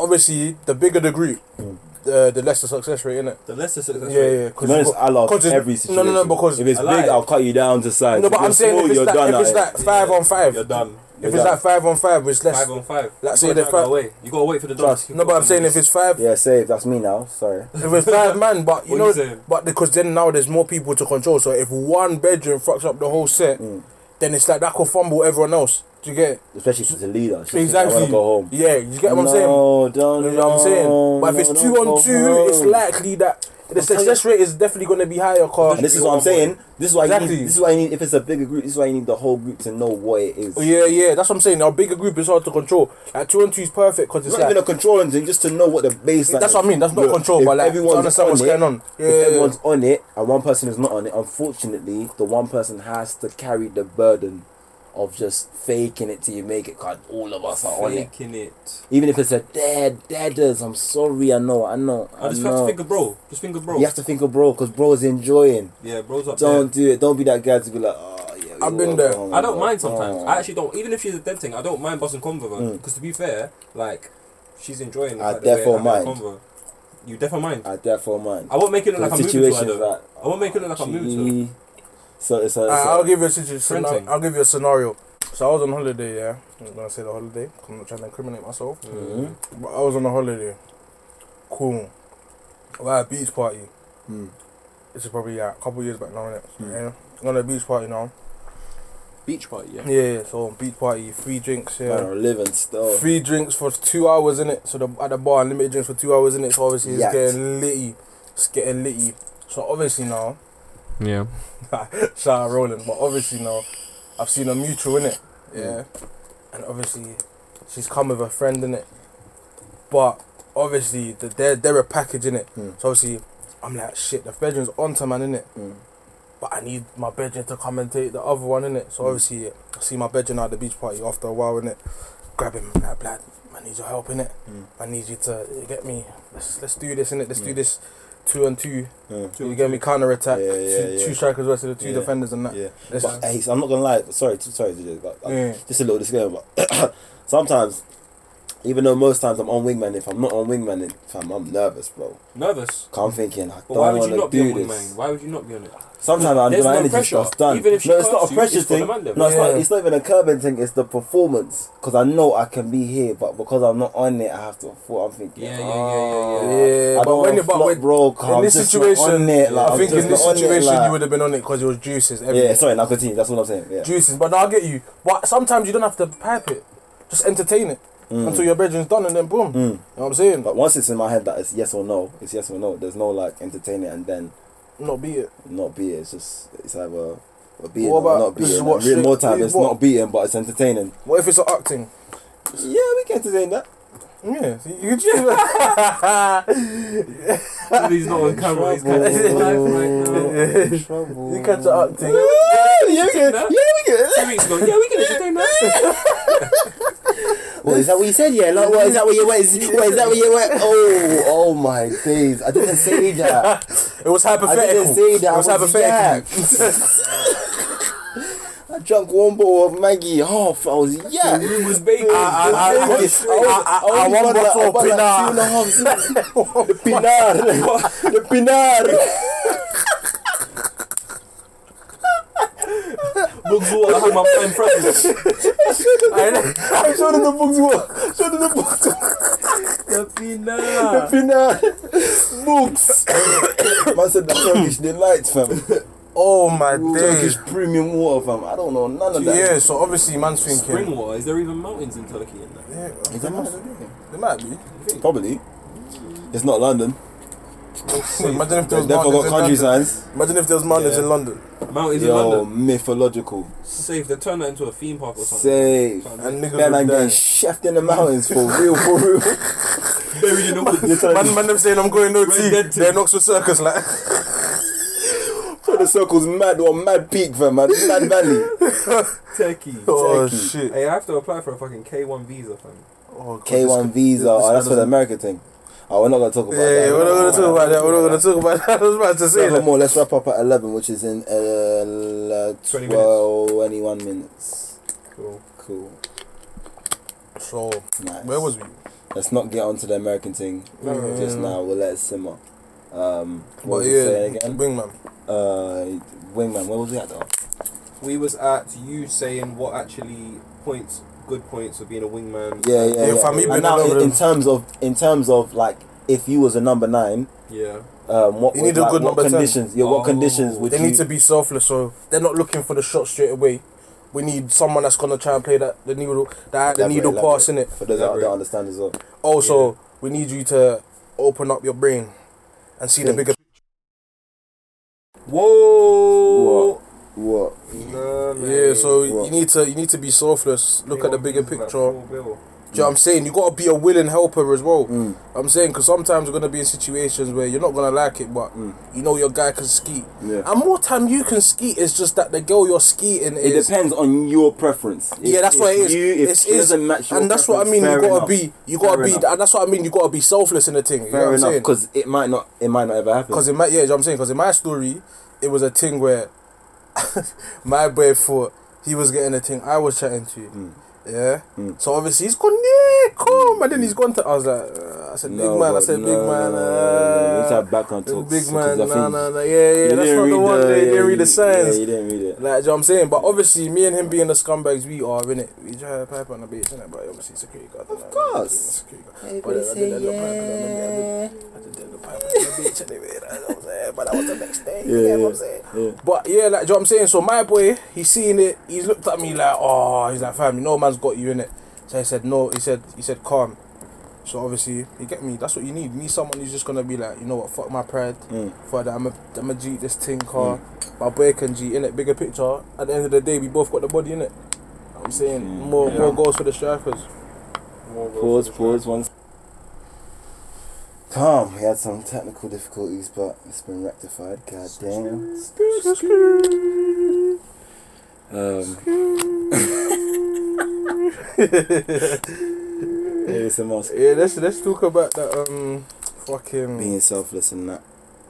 Speaker 2: obviously the bigger the group,
Speaker 4: Mm.
Speaker 2: the the less the success rate, innit?
Speaker 5: The lesser success.
Speaker 2: Yeah, yeah.
Speaker 4: To be honest, I love
Speaker 2: because it's-
Speaker 4: every
Speaker 2: no,
Speaker 4: situation.
Speaker 2: no, because-
Speaker 4: if it's
Speaker 5: I
Speaker 4: big,
Speaker 5: like-
Speaker 4: I'll cut you down to size.
Speaker 2: no, but I'm
Speaker 4: it's
Speaker 2: saying if it's like
Speaker 4: done
Speaker 2: if it's
Speaker 4: at it.
Speaker 2: like five on five,
Speaker 5: You're done.
Speaker 2: if
Speaker 4: You're
Speaker 2: it's like
Speaker 4: done.
Speaker 2: five on five, it's less.
Speaker 5: Five on five.
Speaker 2: Let's
Speaker 5: You gotta
Speaker 2: say the
Speaker 5: drag
Speaker 2: five-
Speaker 5: that away. You gotta wait for the dogs.
Speaker 4: Trust.
Speaker 2: No, but I'm saying if it's five,
Speaker 4: yeah, save. That's me now. Sorry.
Speaker 2: if it's five man, but
Speaker 5: What
Speaker 2: you
Speaker 5: you
Speaker 2: know,
Speaker 5: saying?
Speaker 2: but because then now there's more people to control. So if one bedroom fucks up the whole set,
Speaker 4: Mm.
Speaker 2: then it's like that could fumble everyone else. Do you get it?
Speaker 4: Especially if it's a leader. She's
Speaker 2: exactly?
Speaker 4: I want to go home.
Speaker 2: Yeah, you get what I'm
Speaker 4: no,
Speaker 2: saying.
Speaker 4: Don't,
Speaker 2: You know what I'm saying? But if it's two on two, it's likely that the
Speaker 4: I'm telling
Speaker 2: success rate is definitely going to be higher. Cause
Speaker 4: And this is what I'm saying. This is why
Speaker 2: Exactly.
Speaker 4: you need. This is why you need. If it's a bigger group, this is why you need the whole group to know what it is.
Speaker 2: Oh, yeah, yeah, that's what I'm saying. Our bigger group is hard to control. Like two on two is perfect because
Speaker 4: It's
Speaker 2: it's
Speaker 4: not even
Speaker 2: like
Speaker 4: a controlling thing, just to know what the baseline.
Speaker 2: that's
Speaker 4: is.
Speaker 2: what I mean. That's not
Speaker 4: Look,
Speaker 2: control,
Speaker 4: if
Speaker 2: but like to
Speaker 4: everyone's
Speaker 2: understand what's
Speaker 4: on it,
Speaker 2: going on. Yeah,
Speaker 4: if
Speaker 2: yeah, yeah.
Speaker 4: everyone's on it and one person is not on it, unfortunately, the one person has to carry the burden of just faking it till you make it. God, all of us are on it.
Speaker 5: Faking it.
Speaker 4: Even if it's a dead, deaders, I'm sorry, I know, I know,
Speaker 5: I
Speaker 4: I,
Speaker 5: just have to
Speaker 4: know.
Speaker 5: finger bro. Just finger bro.
Speaker 4: you have to think of bro, because bro is enjoying.
Speaker 5: Yeah, bro's up
Speaker 4: Don't do it. Don't be that guy to be like, oh, yeah. we
Speaker 2: I've
Speaker 4: all
Speaker 2: been
Speaker 4: up
Speaker 2: there.
Speaker 4: on
Speaker 5: there. I don't
Speaker 4: bro.
Speaker 5: mind sometimes.
Speaker 4: Oh.
Speaker 5: I actually don't. Even if she's a dead thing, I don't mind busting convo with
Speaker 2: Mm.
Speaker 5: her. Because to be fair, like, she's enjoying the
Speaker 4: I
Speaker 5: fact that we're
Speaker 4: therefore
Speaker 5: having a
Speaker 4: mind.
Speaker 5: convo. You definitely mind.
Speaker 4: I therefore mind.
Speaker 5: I won't make it look like
Speaker 4: The
Speaker 5: I'm moving to her
Speaker 4: situation is
Speaker 5: though.
Speaker 4: that.
Speaker 5: I won't make it look like I'm moving to her.
Speaker 4: gee. So it's a.
Speaker 2: Uh,
Speaker 4: it's a-
Speaker 2: I'll give you a situation.
Speaker 5: Printing.
Speaker 2: I'll give you a scenario. So I was on holiday. Yeah, I'm not gonna say the holiday. 'cause I'm not trying to incriminate myself.
Speaker 4: Hmm?
Speaker 5: Mm.
Speaker 2: But I was on a holiday. Cool. We had a beach party.
Speaker 7: Mm.
Speaker 2: This is probably like, a couple years back now, innit?
Speaker 4: Hmm.
Speaker 2: Yeah. I'm on a beach party now.
Speaker 8: Beach party, yeah.
Speaker 2: Yeah, yeah, so beach party, free drinks, yeah.
Speaker 4: Man, I'm living still.
Speaker 2: Free drinks for two hours in it. So the, at the bar, unlimited drinks for two hours in it. So obviously it's
Speaker 4: Yacht.
Speaker 2: getting litty. It's getting litty. So obviously now,
Speaker 9: Yeah.
Speaker 2: shout out Roland, but obviously now, I've seen a mutual in it. Yeah. And obviously, she's come with a friend in it. But obviously, the, they're, they're a package in it.
Speaker 4: Mm.
Speaker 2: So obviously, I'm like, shit, the bedroom's onto man in it.
Speaker 4: Mm.
Speaker 2: But I need my bedroom to come and take the other one in it. So obviously, I see my bedroom at the beach party after a while in it. Grab him, like, blood. I need your help in it.
Speaker 4: Mm.
Speaker 2: I need you to you get me. Let's let's do this in it. Let's do this two and two.
Speaker 4: Yeah.
Speaker 2: you get me counter attack.
Speaker 4: Yeah, yeah,
Speaker 2: two,
Speaker 4: yeah.
Speaker 2: two strikers versus the two
Speaker 4: Yeah.
Speaker 2: defenders and that.
Speaker 4: Yeah.
Speaker 2: Let's-
Speaker 4: But hey, so I'm not gonna lie. Sorry, t- sorry, DJ, but uh,
Speaker 2: Yeah.
Speaker 4: just a little disclaimer. But sometimes, even though most times I'm on wingman, if I'm not on wingman, then, fam, I'm nervous, bro.
Speaker 5: Nervous.
Speaker 4: 'Cause I'm thinking I
Speaker 5: But why would
Speaker 4: don't want
Speaker 5: you
Speaker 4: to
Speaker 5: not be
Speaker 4: do
Speaker 5: on wingman?
Speaker 4: this.
Speaker 5: Why would you not be on it?
Speaker 4: Sometimes I do
Speaker 5: There's
Speaker 4: my
Speaker 5: no
Speaker 4: energy
Speaker 5: pressure.
Speaker 4: stuff's done.
Speaker 5: Even if she
Speaker 4: no, it's
Speaker 5: can't
Speaker 4: not a
Speaker 5: shoot,
Speaker 4: pressure
Speaker 5: it's for the
Speaker 4: thing.
Speaker 5: man then.
Speaker 4: No, it's not.
Speaker 2: Yeah.
Speaker 4: It's not even a curbing thing. It's the performance. Because I know I can be here, but because I'm not on it, I have to. I'm thinking.
Speaker 5: Yeah, yeah, yeah,
Speaker 4: "Ah,
Speaker 5: yeah,
Speaker 2: yeah." Yeah,
Speaker 4: I
Speaker 2: but
Speaker 4: don't
Speaker 2: when
Speaker 4: want
Speaker 2: you-
Speaker 4: to
Speaker 2: but
Speaker 4: flop,
Speaker 2: when-
Speaker 4: bro. 'cause
Speaker 2: in
Speaker 4: I'm
Speaker 2: this
Speaker 4: just not on
Speaker 2: situation,
Speaker 4: it, like,
Speaker 2: I
Speaker 4: I'm
Speaker 2: think
Speaker 4: just
Speaker 2: in this
Speaker 4: not on it,
Speaker 2: situation
Speaker 4: like-
Speaker 2: you would have been on it because it was juices. Everything.
Speaker 4: Yeah, sorry, now continue. That's what I'm saying. Yeah.
Speaker 2: Juices, but no, I get you. But sometimes you don't have to pipe it. Just entertain it
Speaker 4: Mm.
Speaker 2: until your bedroom's done, and then boom. You know
Speaker 4: Mm.
Speaker 2: what I'm saying?
Speaker 4: But once it's in my head that it's yes or no, it's yes or no. There's no like entertain it and then
Speaker 2: Not be it.
Speaker 4: not be it. It's just it's either a beating
Speaker 2: What
Speaker 4: or
Speaker 2: about-
Speaker 4: not
Speaker 2: this is
Speaker 4: beating.
Speaker 2: what
Speaker 4: Like, real more
Speaker 2: shit-
Speaker 4: time,
Speaker 2: this
Speaker 4: it's
Speaker 2: what-
Speaker 4: not beating, but it's entertaining.
Speaker 2: What if it's an acting?
Speaker 4: Yeah, we can entertain that.
Speaker 2: Yeah, see, you could just.
Speaker 5: he's not on camera. He's
Speaker 4: Trouble.
Speaker 5: kind of live right now.
Speaker 4: Trouble.
Speaker 2: you catch an acting.
Speaker 4: yeah, we can. Yeah, we can.
Speaker 5: Two weeks ago, yeah, we can entertain that.
Speaker 4: What is that? What you said? Yeah, like what is that? What you what is, what is that? What you what? Oh, oh my days! I didn't say that.
Speaker 2: It was
Speaker 4: I
Speaker 2: hypothetical.
Speaker 4: didn't say that.
Speaker 2: It was
Speaker 4: I
Speaker 2: hypothetical.
Speaker 4: yacked. I drank one bottle of Maggie half. I was yeah.
Speaker 5: Room was baking.
Speaker 4: Ah.
Speaker 2: I- I- I-
Speaker 4: I
Speaker 2: I want bottle of Pinar.
Speaker 4: The Pinar. The Pinar.
Speaker 5: Books all I had my friend present.
Speaker 4: I showed him the books walk. Showed him the books. The Pinar. Books. Man said the Turkish delights, fam.
Speaker 2: Oh my days.
Speaker 4: Turkish premium water, fam. I don't know none of that.
Speaker 2: Yeah, so obviously man's
Speaker 5: Spring
Speaker 2: thinking.
Speaker 5: water. Is there even mountains in Turkey in that?
Speaker 2: Yeah,
Speaker 4: Is that mad?
Speaker 2: there might be.
Speaker 4: Probably. It's not London.
Speaker 2: Imagine if there
Speaker 4: They
Speaker 2: was
Speaker 4: therefore got country
Speaker 2: mountains in London.
Speaker 4: signs.
Speaker 2: Imagine if there was mountains
Speaker 4: Yeah.
Speaker 2: in London
Speaker 5: Mountains in
Speaker 4: Yo,
Speaker 5: London.
Speaker 4: mythological.
Speaker 5: Safe. They turn that into a theme park or something.
Speaker 4: Safe.
Speaker 2: and
Speaker 4: Man,
Speaker 2: niggas
Speaker 4: I'm
Speaker 2: would
Speaker 4: getting
Speaker 2: die.
Speaker 4: chefed in the mountains for real, for real.
Speaker 5: Buried in the woods.
Speaker 4: You're telling
Speaker 2: Man, man, them saying I'm going no
Speaker 5: We're
Speaker 2: tea.
Speaker 5: dead
Speaker 2: They're in Oxford Circus, like.
Speaker 4: For the circles, mad or mad peak, fam, man. Mad valley.
Speaker 5: Turkey.
Speaker 2: Oh
Speaker 4: Turkey.
Speaker 2: shit.
Speaker 5: Hey, I have to apply for a fucking K1 visa, fam.
Speaker 2: Oh, God,
Speaker 4: K1
Speaker 2: this-
Speaker 4: visa.
Speaker 2: this
Speaker 4: Oh,
Speaker 2: guy
Speaker 4: that's for the
Speaker 2: doesn't-
Speaker 4: American thing. Oh, we're not gonna talk about that.
Speaker 2: Yeah, we're not gonna talk about that. We're not gonna talk about that. I was about to say
Speaker 4: Seven
Speaker 2: that.
Speaker 4: more. Let's wrap up at eleven, which is in uh,
Speaker 5: 20
Speaker 4: 12, 21 minutes.
Speaker 5: Cool.
Speaker 4: Cool.
Speaker 2: So,
Speaker 4: Nice.
Speaker 2: where was we?
Speaker 4: Let's not get onto the American thing
Speaker 2: Yeah.
Speaker 4: just now. We'll let it simmer. Um, what
Speaker 2: Mm-hmm. But
Speaker 4: was you saying
Speaker 2: yeah,
Speaker 4: again?
Speaker 2: wingman.
Speaker 4: Uh, wingman. Where was we at though?
Speaker 5: We was at you saying what actually points, good points of being a wingman.
Speaker 4: Yeah, yeah,
Speaker 2: Yeah,
Speaker 4: yeah.
Speaker 2: fam, he been
Speaker 4: And now,
Speaker 2: all over
Speaker 4: in, in
Speaker 2: them.
Speaker 4: terms of in terms of like, if you was a number nine,
Speaker 5: Yeah.
Speaker 4: um, what
Speaker 2: You
Speaker 4: would,
Speaker 2: need a
Speaker 4: like,
Speaker 2: good
Speaker 4: what
Speaker 2: number 10.
Speaker 4: conditions? Yeah, what
Speaker 5: Oh.
Speaker 4: conditions would
Speaker 2: They
Speaker 4: you?
Speaker 2: need to be selfless, so they're not looking for the shot straight away. We need someone that's gonna try and play that the needle, that the
Speaker 4: Elaborate,
Speaker 2: needle
Speaker 4: elaborate.
Speaker 2: pass in it.
Speaker 4: for those that
Speaker 5: Elaborate.
Speaker 4: don't understand as well.
Speaker 2: Also, we need you to open up your brain and see the
Speaker 4: Think.
Speaker 2: bigger.
Speaker 5: Whoa.
Speaker 4: What?
Speaker 5: Nah, man.
Speaker 2: Yeah, so
Speaker 4: What?
Speaker 2: you need to you need to be selfless. Look at the
Speaker 5: K1
Speaker 2: bigger
Speaker 5: visa's like
Speaker 2: picture.
Speaker 5: full bill.
Speaker 2: Do you know what I'm saying? You gotta be a willing helper as well.
Speaker 4: Mm.
Speaker 2: I'm saying because sometimes you're gonna be in situations where you're not gonna like it, but
Speaker 4: Mm.
Speaker 2: you know your guy can skeet.
Speaker 4: Yeah.
Speaker 2: And more time you can skeet is just that the girl you're skeeting
Speaker 4: It
Speaker 2: is.
Speaker 4: depends on your preference. If-
Speaker 2: Yeah, that's
Speaker 4: if
Speaker 2: what it is.
Speaker 4: You, if
Speaker 2: It's-
Speaker 4: she
Speaker 2: it's-
Speaker 4: doesn't match your
Speaker 2: and that's what I
Speaker 4: preference,
Speaker 2: mean. You
Speaker 4: fair
Speaker 2: gotta
Speaker 4: enough.
Speaker 2: be, you gotta
Speaker 4: Fair
Speaker 2: be,
Speaker 4: enough.
Speaker 2: and that's what I mean. You gotta be selfless in the thing. You know
Speaker 4: Fair
Speaker 2: what I'm
Speaker 4: enough,
Speaker 2: saying?
Speaker 4: because it might not, it might not ever happen.
Speaker 2: Because in my yeah, you know what I'm saying. Because in my story, it was a thing where my boy thought he was getting a thing I was chatting to.
Speaker 4: Mm.
Speaker 2: Yeah.
Speaker 4: Mm.
Speaker 2: So obviously he's gone, yeah, come, and then he's gone to. I was like, uh, I I said big man. I
Speaker 4: but
Speaker 2: said
Speaker 4: no,
Speaker 2: big
Speaker 4: no,
Speaker 2: man.
Speaker 4: no, no, no. Let's
Speaker 2: uh,
Speaker 4: have background talks.
Speaker 2: Big
Speaker 4: 'cause
Speaker 2: man.
Speaker 4: I think
Speaker 2: Nah, nah, nah. Yeah, yeah.
Speaker 4: you
Speaker 2: That's not the one. They
Speaker 4: yeah,
Speaker 2: didn't
Speaker 4: you-
Speaker 2: read the signs.
Speaker 4: Yeah, you didn't read it.
Speaker 2: Like, do you know what I'm saying? But obviously, me and him being the scumbags we are, innit? We just had a pipe on the beach, innit? But obviously, security guard. Of
Speaker 4: course.
Speaker 2: Security guard. But I did end up piping on the- I did end up piping on the beach anyway. That's what I'm saying. But that was the next day. You
Speaker 4: Yeah,
Speaker 2: get what
Speaker 4: yeah.
Speaker 2: I'm saying?
Speaker 4: Yeah.
Speaker 2: But yeah, like, do you know what I'm saying? So my boy, he's seen it. He's looked at me like, oh, he's like, fam, you know, man's got you in it. So I said, no. He said, he said, calm. So obviously, you get me. That's what you need. You need someone who's just gonna be like, you know what, fuck my pride.
Speaker 4: Mm.
Speaker 2: Fuck that. I'm a, I'm a G this thing car. My boy can G in it. Bigger picture. At the end of the day, we both got the body in it. I'm saying
Speaker 4: Mm.
Speaker 2: more
Speaker 5: Yeah.
Speaker 2: more goals for the strikers.
Speaker 5: More goals
Speaker 4: Pause,
Speaker 5: for the
Speaker 4: pause, one.
Speaker 6: Calm. We had some technical difficulties, but it's been rectified. God damn.
Speaker 4: Um,
Speaker 6: ASMR.
Speaker 2: Yeah, let's let's talk about that um fucking
Speaker 6: Being selfless and that.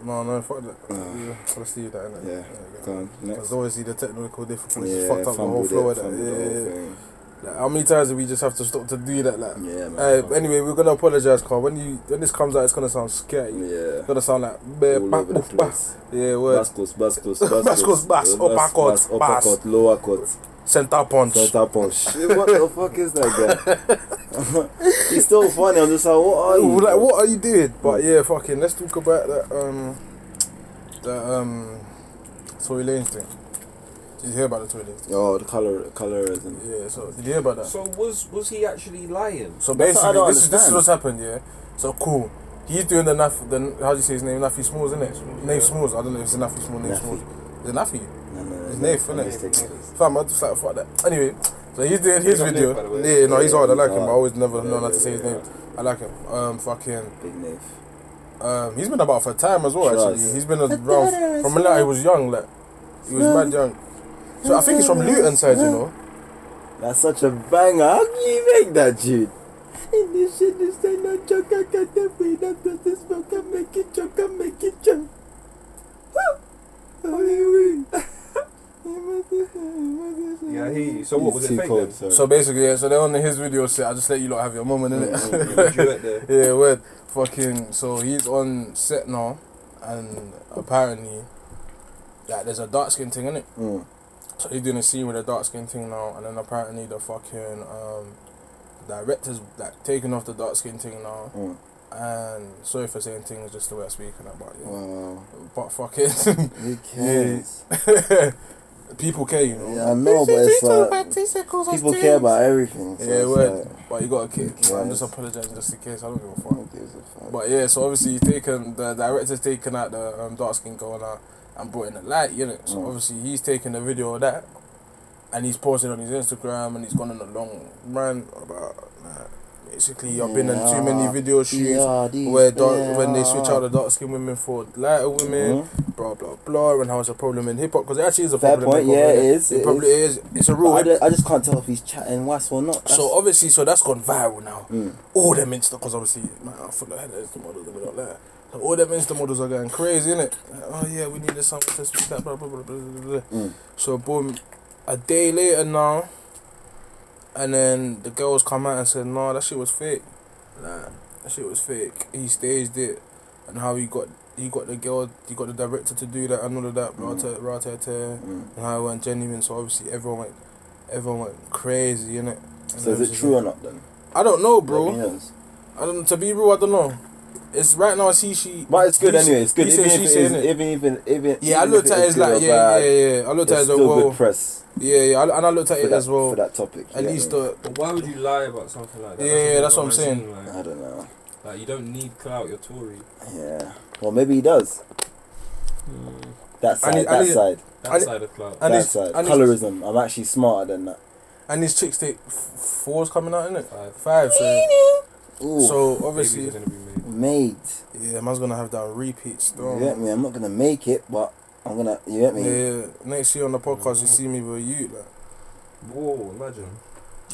Speaker 2: no no fuck that.
Speaker 6: Ah.
Speaker 2: yeah, let's leave that. Innit?
Speaker 6: Yeah. Go on. Next.
Speaker 2: Because obviously the technical difficulties
Speaker 6: Yeah,
Speaker 2: fucked up the whole
Speaker 6: fumbled it,
Speaker 2: flow of that.
Speaker 6: fumbled the
Speaker 2: Yeah,
Speaker 6: whole
Speaker 2: yeah, yeah.
Speaker 6: thing.
Speaker 2: Like, how many times do we just have to stop to do that? Like,
Speaker 6: Yeah, man.
Speaker 2: Hey,
Speaker 6: fuck
Speaker 2: but anyway, we're gonna apologize, Carl. When you when this comes out, it's gonna sound
Speaker 6: it.
Speaker 2: scary. It's
Speaker 6: Yeah.
Speaker 2: gonna sound like
Speaker 6: All over the
Speaker 2: bah, bah,
Speaker 6: place.
Speaker 2: yeah, word.
Speaker 4: Bascos, Bascos,
Speaker 2: Bascos,
Speaker 4: Bascos.
Speaker 2: bas,
Speaker 4: Uh,
Speaker 2: upper court,
Speaker 4: bas,
Speaker 2: bas.
Speaker 4: upper court, lower court,
Speaker 2: Center punch.
Speaker 4: center punch. Shit, what the fuck is that guy? He's still funny. I'm just like, what are you?
Speaker 2: Ooh, like, what are you doing? But yeah, fucking. Let's talk about that um that um Tory Lanez thing. Did you hear about the Tory Lanez?
Speaker 4: Oh, the color,
Speaker 2: Thing?
Speaker 4: colorism.
Speaker 2: Yeah. So did you hear about that?
Speaker 5: So was was he actually lying?
Speaker 2: So
Speaker 4: That's what I
Speaker 2: basically,
Speaker 4: don't
Speaker 2: this is, this is
Speaker 4: understand.
Speaker 2: what's happened, yeah. So cool. He's doing the Naf, the how do you say his name? Nafi Smalls, isn't it? Nave Smalls. I don't know if it's a Nafi Smalls, Nave
Speaker 6: Nafi.
Speaker 2: Smalls. Is it Nafi?
Speaker 6: No, no, no,
Speaker 2: It's
Speaker 6: no,
Speaker 2: Nath,
Speaker 6: I'm
Speaker 2: innit?
Speaker 6: just taking-
Speaker 2: Fam, I just like fuck that. Anyway, so he's doing his
Speaker 5: He's not
Speaker 2: video.
Speaker 5: Nath, by the way.
Speaker 2: yeah, no, he's
Speaker 6: Yeah,
Speaker 2: hard. I like
Speaker 6: he's
Speaker 2: him. I
Speaker 6: hard.
Speaker 2: always never
Speaker 6: Yeah,
Speaker 2: known how to
Speaker 6: yeah,
Speaker 2: say his
Speaker 6: yeah.
Speaker 2: name. I like him. Um, fucking.
Speaker 6: Big Nath.
Speaker 2: Um, he's been about for time as well.
Speaker 6: Trust.
Speaker 2: Actually, he's been around from when like, he was young. Like, he was mad young. So I think he's from Luton side, you know.
Speaker 6: That's such a banger. How do you make that, dude? In this shit, this ain't no joke. I got that way. That does this smoke. I make it joke. I make it joke.
Speaker 5: Yeah, he. So what was it fake then?
Speaker 2: So basically, yeah. So they're on his video set. I just let you lot have your moment, innit?
Speaker 5: The duet there.
Speaker 2: Yeah, word. Fucking. So he's on set now, and apparently, like, there's a dark skin thing in it.
Speaker 4: Mm.
Speaker 2: So he's doing a scene with a dark skin thing now, and then apparently the fucking um, director's like taking off the dark skin thing now.
Speaker 4: Mm.
Speaker 2: And sorry for saying things just the way I speak and that, but yeah.
Speaker 4: Wow.
Speaker 2: But fuck it,
Speaker 4: Who cares?
Speaker 2: people care, you know.
Speaker 4: I know, but it's like people care about everything.
Speaker 2: Yeah,
Speaker 4: it's
Speaker 2: word.
Speaker 4: like,
Speaker 2: But you gotta care. So I'm
Speaker 4: Yes.
Speaker 2: just apologizing just in case. I don't give a fuck.
Speaker 4: who gives a fuck?
Speaker 2: But yeah, so obviously he's taken the director's taken out the um, dark skin girl now and brought in the light, you know. So
Speaker 4: Mm.
Speaker 2: obviously he's taken a video of that and he's posted on his Instagram and he's gone on a long rant about like, basically I've been in too many
Speaker 4: Yeah.
Speaker 2: video shoots
Speaker 4: Yeah, these-
Speaker 2: where dark, when they
Speaker 4: yeah.
Speaker 2: switch out the dark skin women for lighter women,
Speaker 4: Mhm.
Speaker 2: blah blah blah, and how it's a problem in hip hop because it actually is a
Speaker 4: Fair
Speaker 2: problem.
Speaker 4: point.
Speaker 2: in hip
Speaker 4: Yeah,
Speaker 2: hop,
Speaker 4: it
Speaker 2: innit?
Speaker 4: is.
Speaker 2: It
Speaker 4: It
Speaker 2: probably
Speaker 4: is.
Speaker 2: is. It's a
Speaker 4: But
Speaker 2: real.
Speaker 4: I,
Speaker 2: hip-
Speaker 4: don't- I just can't tell if he's chatting west or not.
Speaker 2: So obviously, so that's gone viral now.
Speaker 4: Mm.
Speaker 2: All them Insta, because obviously, man, I full of head Insta models, we don't like. So all them Insta models are going crazy, innit? Like, oh yeah, we need this song to speak that, blah blah blah blah blah. blah.
Speaker 4: Mm.
Speaker 2: So boom, a day later now, and then the girls come out and said, no, that shit was fake. Nah, that shit was fake. He staged it, and how he got he got the girl, he got the director to do that and all of that, blah,
Speaker 4: Mm.
Speaker 2: ta- rah, ta- ta.
Speaker 4: Mm.
Speaker 2: And how it went genuine. So obviously everyone went, everyone went crazy, innit? And
Speaker 4: So
Speaker 2: it was
Speaker 4: is it
Speaker 2: just
Speaker 4: true
Speaker 2: like-
Speaker 4: or not then?
Speaker 2: I don't know, bro.
Speaker 4: Let me know.
Speaker 2: I don't. To be real, I don't know. It's right now. I see she.
Speaker 4: But it's good
Speaker 2: he-
Speaker 4: anyway. It's good.
Speaker 2: he
Speaker 4: Even
Speaker 2: said,
Speaker 4: if,
Speaker 2: she
Speaker 4: it
Speaker 2: said,
Speaker 4: is,
Speaker 2: innit?
Speaker 4: even even even.
Speaker 2: Yeah, I
Speaker 4: even
Speaker 2: looked
Speaker 4: if
Speaker 2: at it
Speaker 4: is
Speaker 2: as
Speaker 4: good or
Speaker 2: like yeah,
Speaker 4: bad,
Speaker 2: yeah, yeah. I looked
Speaker 4: It's
Speaker 2: at it as
Speaker 4: still
Speaker 2: well.
Speaker 4: good press
Speaker 2: Yeah, yeah. I, and I looked at
Speaker 4: for
Speaker 2: it
Speaker 4: that,
Speaker 2: as well.
Speaker 4: for that topic.
Speaker 2: At
Speaker 4: yeah,
Speaker 2: least
Speaker 4: yeah.
Speaker 2: the
Speaker 5: But why would you lie about something like that?
Speaker 2: Yeah, yeah, that's what I'm
Speaker 5: I
Speaker 2: saying.
Speaker 5: mean, Like,
Speaker 4: I don't know.
Speaker 5: like, you don't need clout. You're Tory.
Speaker 4: Yeah. Well, maybe he does.
Speaker 2: Hmm.
Speaker 4: That
Speaker 2: I
Speaker 4: side.
Speaker 2: need- I
Speaker 4: that
Speaker 2: need-
Speaker 4: side.
Speaker 5: That
Speaker 2: And-
Speaker 5: side of clout.
Speaker 2: and
Speaker 4: that
Speaker 2: it's-
Speaker 4: side.
Speaker 2: and it's-
Speaker 4: Colorism. I'm actually smarter than that.
Speaker 2: and these chicks take f- fours coming out in it.
Speaker 5: Five.
Speaker 2: Five. So,
Speaker 4: Ooh.
Speaker 2: so
Speaker 5: Obviously,
Speaker 2: obviously,
Speaker 5: gonna be made.
Speaker 4: mate.
Speaker 2: yeah, man's gonna have that repeat
Speaker 4: You
Speaker 2: still.
Speaker 4: get me? I'm not gonna make it, but I'm gonna. You get me?
Speaker 2: Yeah, next year on the podcast you see me with you, like,
Speaker 5: Whoa! Imagine.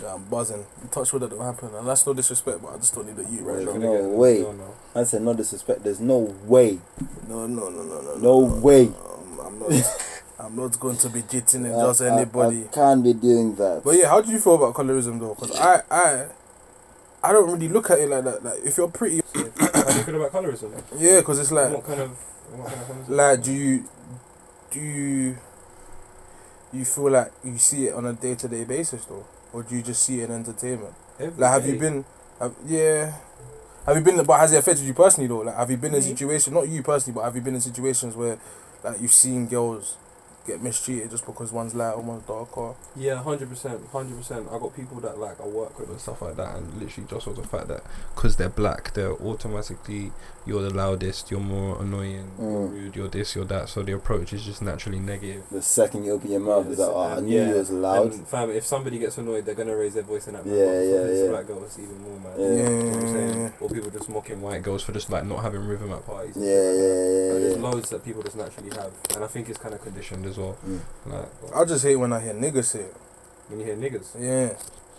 Speaker 2: yeah, I'm buzzing. Touch wood that don't happen, and that's no disrespect, but I just don't need a you right
Speaker 4: Right,
Speaker 2: now.
Speaker 4: no
Speaker 5: Again,
Speaker 4: way.
Speaker 5: I don't know.
Speaker 4: I said no disrespect. There's no way.
Speaker 2: No, no, no, no, no.
Speaker 4: No way. Uh,
Speaker 2: Um, I'm not. I'm not going to be cheating in
Speaker 4: I-
Speaker 2: just
Speaker 4: I-
Speaker 2: anybody.
Speaker 4: I, can't be doing that.
Speaker 2: But yeah, how do you feel about colorism though? Because I, I, I don't really look at it like that. Like if you're pretty,
Speaker 5: you feel about colorism?
Speaker 2: Yeah, because it's like,
Speaker 5: what kind of what kind of colorism?
Speaker 2: like, do you, do you, you feel like you see it on a day to day basis though, or do you just see it in entertainment?
Speaker 5: Every
Speaker 2: Like, have you
Speaker 5: day.
Speaker 2: been, have, yeah, have you been? But has it affected you personally though? Like, have you been in situations, not you personally, but have you been in situations where, like, you've seen girls get mistreated just because one's light and one's darker?
Speaker 5: Yeah, hundred percent, hundred percent. I got people that like I work with and stuff like that, and literally just for the fact that because they're black, they're automatically you're the loudest, you're more annoying, you're
Speaker 4: Mm.
Speaker 5: rude, you're this, you're that. So the approach is just naturally negative.
Speaker 4: The second you open your mouth, it's like, oh, I knew you was loud.
Speaker 5: And fam, if somebody gets annoyed, they're gonna raise their voice in that.
Speaker 4: Yeah, yeah, yeah.
Speaker 5: Black girls even more mad.
Speaker 4: Yeah.
Speaker 5: You know what I'm
Speaker 2: Yeah.
Speaker 5: saying? Or people just mocking white girls for just like not having rhythm at parties.
Speaker 4: Yeah, yeah,
Speaker 5: Like,
Speaker 4: yeah,
Speaker 5: there's
Speaker 4: yeah.
Speaker 5: loads that people just naturally have, and I think it's kind of conditioned as well.
Speaker 4: Mm.
Speaker 5: Like but
Speaker 2: I just hate when I hear niggas say it.
Speaker 5: when you hear niggas,
Speaker 2: Yeah.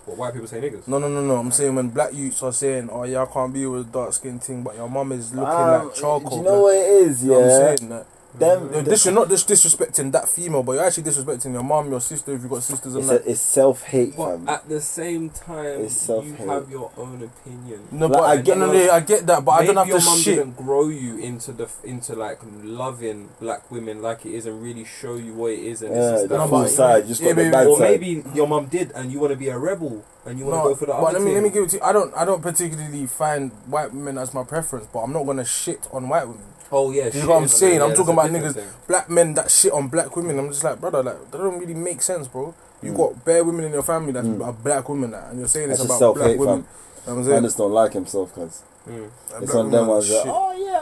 Speaker 5: what white people say niggas.
Speaker 2: No, no, no, no. I'm saying when black youths are saying, "Oh yeah, I can't be with dark skin thing," but your mum is looking
Speaker 4: Um,
Speaker 2: like charcoal.
Speaker 4: Do you know what it is?
Speaker 2: You know what
Speaker 4: Yeah.
Speaker 2: I'm saying? Like,
Speaker 4: Them-
Speaker 2: you're dis- you're not just disrespecting that female, but you're actually disrespecting your mum, your sister, if you've got sisters and
Speaker 4: It's,
Speaker 2: that.
Speaker 4: a- it's self hate,
Speaker 5: But
Speaker 4: fam.
Speaker 5: at the same time,
Speaker 4: It's self-hate.
Speaker 5: you have your own opinion.
Speaker 2: No,
Speaker 4: Like,
Speaker 2: but
Speaker 4: I
Speaker 2: I
Speaker 4: get-
Speaker 2: get, no, no, yeah, I get that, but
Speaker 5: Maybe
Speaker 2: I don't
Speaker 5: your
Speaker 2: have
Speaker 5: mum
Speaker 2: to shit.
Speaker 5: didn't grow you into the f- into like loving black women like it is and really show you what it is and
Speaker 4: Yeah,
Speaker 5: this
Speaker 4: the
Speaker 5: is that.
Speaker 2: No,
Speaker 4: full
Speaker 2: but-
Speaker 4: side, just
Speaker 2: yeah,
Speaker 4: got the
Speaker 2: maybe-
Speaker 4: bad
Speaker 5: or
Speaker 4: side.
Speaker 5: maybe your mum did and you want to be a rebel and you want to go for the
Speaker 2: but
Speaker 5: other
Speaker 2: let me let me
Speaker 5: thing.
Speaker 2: give it to you. I don't I don't particularly find white women as my preference, but I'm not gonna shit on white women.
Speaker 5: oh yeah,
Speaker 2: you
Speaker 5: shit,
Speaker 2: know what I'm
Speaker 5: yeah,
Speaker 2: saying? I'm
Speaker 5: that's
Speaker 2: talking
Speaker 5: a
Speaker 2: about
Speaker 5: different
Speaker 2: niggas-
Speaker 5: thing.
Speaker 2: Black men that shit on black women, I'm just like, brother, like that don't really make sense, bro. You
Speaker 4: Mm.
Speaker 2: got bare women in your family that
Speaker 4: Mm.
Speaker 2: are black women, like, and you're saying
Speaker 4: That's
Speaker 2: it's
Speaker 4: just
Speaker 2: about
Speaker 4: self
Speaker 2: black
Speaker 4: hate,
Speaker 2: women. You
Speaker 4: fam.
Speaker 2: know what I'm saying?
Speaker 4: Man just don't like himself, cause.
Speaker 5: Mm.
Speaker 2: And
Speaker 4: It's
Speaker 2: black
Speaker 4: on them
Speaker 2: women are
Speaker 4: ones that,
Speaker 2: shit.
Speaker 4: oh yeah,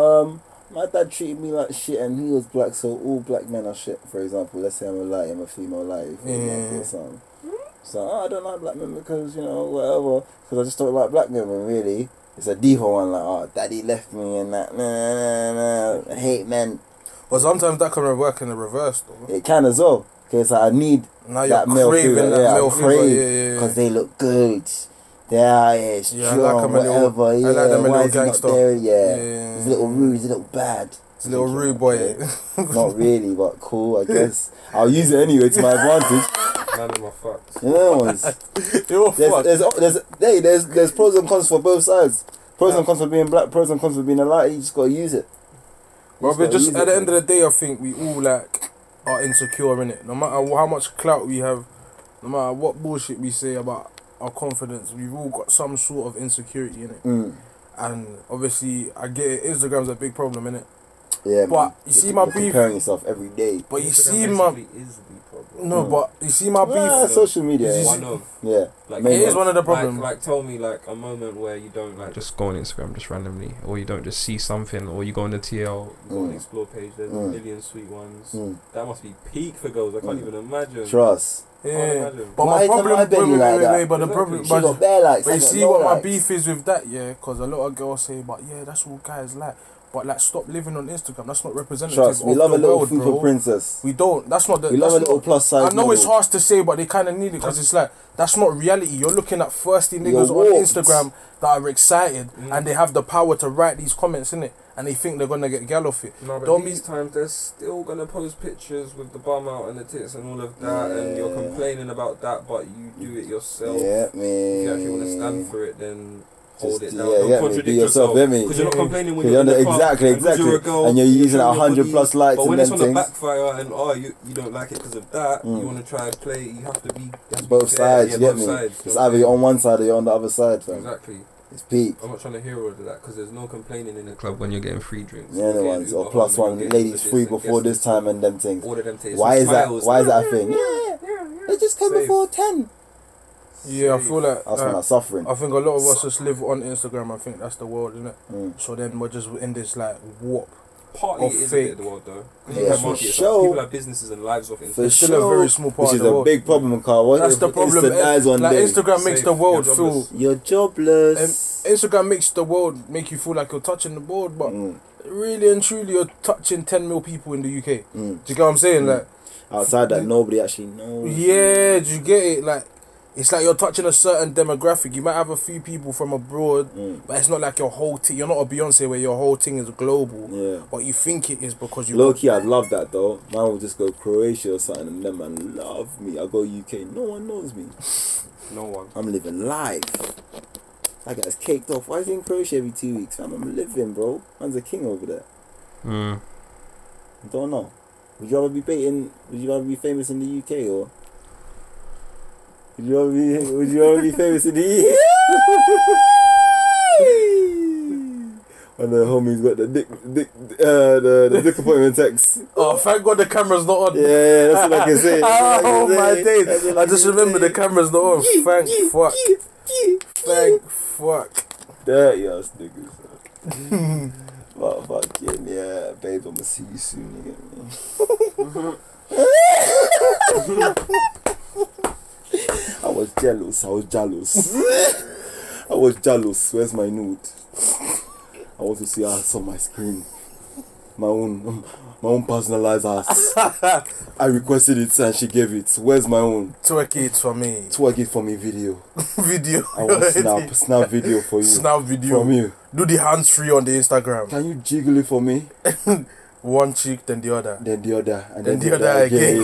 Speaker 4: oh, um, my dad treated me like shit and he was black, so all black men are shit. For example, let's say I'm a light, I'm a female light, for example,
Speaker 2: Yeah.
Speaker 4: or something. So oh, I don't like black men because you know whatever, because I just don't like black women really. It's a diva one like, oh, daddy left me and that, nah, nah, nah, I hate men.
Speaker 2: But sometimes that can work in the reverse though.
Speaker 4: It can as well. Cause I need
Speaker 2: Now you're
Speaker 4: That male
Speaker 2: craving
Speaker 4: figure,
Speaker 2: that
Speaker 4: yeah,
Speaker 2: male
Speaker 4: I
Speaker 2: figure.
Speaker 4: crave,
Speaker 2: Yeah, yeah, yeah.
Speaker 4: because they look good. They are yeah, strong,
Speaker 2: Yeah, I like 'em a little-
Speaker 4: whatever. yeah,
Speaker 2: I like them a
Speaker 4: why
Speaker 2: little
Speaker 4: is he not
Speaker 2: gangster.
Speaker 4: there?
Speaker 2: yeah,
Speaker 4: Yeah,
Speaker 2: yeah,
Speaker 4: he's a
Speaker 2: yeah.
Speaker 4: little rude, he's a little bad.
Speaker 2: He's a little
Speaker 4: Okay,
Speaker 2: rude boy.
Speaker 4: okay. Not really, but cool, I guess. I'll use it anyway to my advantage.
Speaker 5: Man, am I fucked?
Speaker 4: You know, ones.
Speaker 2: You're
Speaker 4: there's,
Speaker 2: fucked.
Speaker 4: there's, there's, hey, there's, there's pros and cons for both sides. Pros and cons for being black, pros and cons for being a light. You just gotta use it. You
Speaker 2: Well, but
Speaker 4: gotta
Speaker 2: just
Speaker 4: use
Speaker 2: at the
Speaker 4: it,
Speaker 2: end of the day, I think we all like are insecure in it. No matter wh- how much clout we have, no matter what bullshit we say about our confidence, we've all got some sort of insecurity in it.
Speaker 4: Mm,
Speaker 2: And obviously, I get it. Instagram's a big problem in it.
Speaker 4: yeah,
Speaker 2: But
Speaker 4: man.
Speaker 2: you
Speaker 4: Just
Speaker 2: see my
Speaker 4: you're
Speaker 2: beef-
Speaker 4: Comparing yourself every day.
Speaker 2: But you
Speaker 5: Instagram
Speaker 2: see, my
Speaker 5: basically is the problem.
Speaker 2: no,
Speaker 4: Mm.
Speaker 2: but you see my beef.
Speaker 4: Ah, social media.
Speaker 2: Is-
Speaker 4: Yeah.
Speaker 5: One of
Speaker 4: yeah.
Speaker 5: like
Speaker 4: Maybe.
Speaker 2: It is one of the problems.
Speaker 5: Like, like, tell me like a moment where you don't like just go on Instagram just randomly, or you don't just see something, or you go on the TL, you go on
Speaker 4: Mm.
Speaker 5: Explore page. There's
Speaker 4: Mm.
Speaker 5: a million sweet ones.
Speaker 4: Mm.
Speaker 5: That must be peak for girls. I can't
Speaker 4: Mm.
Speaker 5: even imagine.
Speaker 4: Trust.
Speaker 5: Can't
Speaker 2: yeah.
Speaker 5: imagine.
Speaker 2: But
Speaker 4: Why
Speaker 2: my
Speaker 4: is
Speaker 2: problem,
Speaker 4: everybody
Speaker 2: wait, wait,
Speaker 4: like
Speaker 2: wait,
Speaker 4: that?
Speaker 2: wait, but the
Speaker 5: Exactly.
Speaker 2: problem,
Speaker 4: She
Speaker 2: but
Speaker 4: got bare likes.
Speaker 2: But
Speaker 4: I
Speaker 2: you
Speaker 4: got
Speaker 2: see
Speaker 4: no
Speaker 2: what my
Speaker 4: likes.
Speaker 2: beef is with that, yeah? Because a lot of girls say, but yeah, that's all guys like. But like, stop living on Instagram. That's not representative
Speaker 4: Trust.
Speaker 2: of
Speaker 4: We love
Speaker 2: the
Speaker 4: a little
Speaker 2: world,
Speaker 4: food
Speaker 2: bro.
Speaker 4: princess.
Speaker 2: We don't. That's not the.
Speaker 4: We love
Speaker 2: that's
Speaker 4: a little
Speaker 2: not-
Speaker 4: plus
Speaker 2: I know
Speaker 4: size.
Speaker 2: it's
Speaker 4: model.
Speaker 2: harsh to say, but they kind of need it because it's like that's not reality. You're looking at thirsty
Speaker 4: You're
Speaker 2: niggas on
Speaker 4: warped.
Speaker 2: Instagram that are excited
Speaker 5: Mm.
Speaker 2: and they have the power to write these comments in it, and they think they're gonna get gal off it.
Speaker 5: No, but
Speaker 2: Don't
Speaker 5: these
Speaker 2: be-
Speaker 5: times they're still gonna post pictures with the bum out and the tits and all of that, and you're
Speaker 4: Yeah.
Speaker 5: complaining about that, but you do it yourself.
Speaker 4: Yeah,
Speaker 5: If you
Speaker 4: man.
Speaker 5: actually want to stand for it, then hold
Speaker 4: Just-
Speaker 5: it down.
Speaker 4: yeah,
Speaker 5: Don't
Speaker 4: yeah,
Speaker 5: contradict
Speaker 4: be yourself,
Speaker 5: yourself.
Speaker 4: innit?
Speaker 5: Because you're not complaining when
Speaker 4: You're
Speaker 5: you're in
Speaker 4: under-
Speaker 5: the club,
Speaker 4: exactly,
Speaker 5: and 'cause you're a
Speaker 4: exactly.
Speaker 5: girl,
Speaker 4: And you're using
Speaker 5: showing
Speaker 4: a
Speaker 5: your
Speaker 4: hundred
Speaker 5: body.
Speaker 4: plus likes
Speaker 5: But when
Speaker 4: and
Speaker 5: it's
Speaker 4: them
Speaker 5: on the
Speaker 4: things.
Speaker 5: backfire and oh you you don't like it because of that,
Speaker 4: Mm.
Speaker 5: you want to try and play. You have to be you have to be
Speaker 4: Both
Speaker 5: fair,
Speaker 4: sides,
Speaker 5: yeah,
Speaker 4: you get
Speaker 5: both
Speaker 4: me?
Speaker 5: sides,
Speaker 4: It's
Speaker 5: don't-
Speaker 4: either you're on one side or you're on the other side, fam.
Speaker 5: Exactly.
Speaker 4: It's peak.
Speaker 5: I'm not trying to hear all of that because there's no complaining in the club when you're getting free drinks.
Speaker 4: The other
Speaker 5: You're
Speaker 4: ones,
Speaker 5: getting
Speaker 4: or
Speaker 5: Uber
Speaker 4: plus
Speaker 5: home
Speaker 4: one,
Speaker 5: and you're getting
Speaker 4: ladies
Speaker 5: all of
Speaker 4: free
Speaker 5: and
Speaker 4: before this time and them things.
Speaker 5: All of them things.
Speaker 4: Why
Speaker 5: It's
Speaker 4: is that?
Speaker 5: files.
Speaker 4: Why is that a thing? They just
Speaker 5: came Safe. before
Speaker 4: ten.
Speaker 2: Yeah, I
Speaker 5: Safe.
Speaker 2: feel like
Speaker 4: That's
Speaker 2: uh,
Speaker 4: when I'm suffering.
Speaker 2: I think a lot of us just live on Instagram. I think that's the world, isn't it?
Speaker 4: Mm.
Speaker 2: So then we're just in this like warp.
Speaker 5: Partly
Speaker 2: Of
Speaker 5: it is a bit
Speaker 2: fake.
Speaker 5: of the world though. 'Cause
Speaker 4: Yeah,
Speaker 5: you can
Speaker 4: for
Speaker 5: market yourself.
Speaker 4: sure.
Speaker 5: People have businesses and lives off
Speaker 4: For
Speaker 5: Instagram.
Speaker 2: It's still a very
Speaker 4: sure,
Speaker 2: small part of
Speaker 4: Which is
Speaker 2: the
Speaker 4: a
Speaker 2: world.
Speaker 4: big problem, Carl. What
Speaker 2: That's
Speaker 4: if
Speaker 2: the problem. eh?
Speaker 4: Insta dies one
Speaker 2: like
Speaker 4: day?
Speaker 2: Instagram makes
Speaker 5: Safe.
Speaker 2: the world
Speaker 5: You're
Speaker 2: feel.
Speaker 5: jobless.
Speaker 4: You're jobless.
Speaker 2: Instagram makes the world make you feel like you're touching the board, but
Speaker 4: Mm,
Speaker 2: really and truly, you're touching 10 mil people in the UK.
Speaker 4: mm.
Speaker 2: Do you get what I'm saying? Like,
Speaker 4: Outside that, nobody actually knows.
Speaker 2: yeah, do you get it? Like, it's like you're touching a certain demographic. You might have a few people from abroad,
Speaker 4: Mm,
Speaker 2: but it's not like your whole thing. You're not a Beyonce where your whole thing is global,
Speaker 4: yeah.
Speaker 2: but you think it is because you.
Speaker 4: Low key, I'd love that though. Man will just go Croatia or something, and them man love me. I go UK, no one knows me.
Speaker 5: No one.
Speaker 4: I'm living life.
Speaker 6: That guy's caked off. Why is he in Croatia every two weeks? Fam, I'm living, bro. Man's a king over there.
Speaker 5: Mm.
Speaker 6: I don't know. Would you rather be baiting? Would you rather be famous in the UK or? Would you rather be? Would you rather be famous in the UK? And the homie's got the dick, dick, uh, the, the dick appointment text.
Speaker 2: Oh, thank God the camera's not on.
Speaker 6: Yeah, yeah, that's what I can say. That's
Speaker 2: Oh
Speaker 6: what I
Speaker 2: my
Speaker 6: can say. That's
Speaker 2: days!
Speaker 6: what
Speaker 2: I just
Speaker 6: can
Speaker 2: remember
Speaker 6: say.
Speaker 2: the camera's not on. Thank fuck. Thank fuck.
Speaker 4: Dirty ass niggas. but fucking yeah, babe, I'ma see you soon. You get me? I was jealous. I was jealous. I was jealous. Where's my nude? I want to see ass on my screen. My own, my own personalized ass. I requested it and she gave it. Where's my own?
Speaker 2: Twerk it for me.
Speaker 4: Twerk it for me video.
Speaker 2: Video.
Speaker 4: I want snap, snap video for you.
Speaker 2: Snap
Speaker 4: from
Speaker 2: video.
Speaker 4: you.
Speaker 2: Do the hands free on the Instagram.
Speaker 4: Can you jiggle it for me?
Speaker 2: One cheek, then the other.
Speaker 4: Then the other, and
Speaker 2: Then the other
Speaker 4: then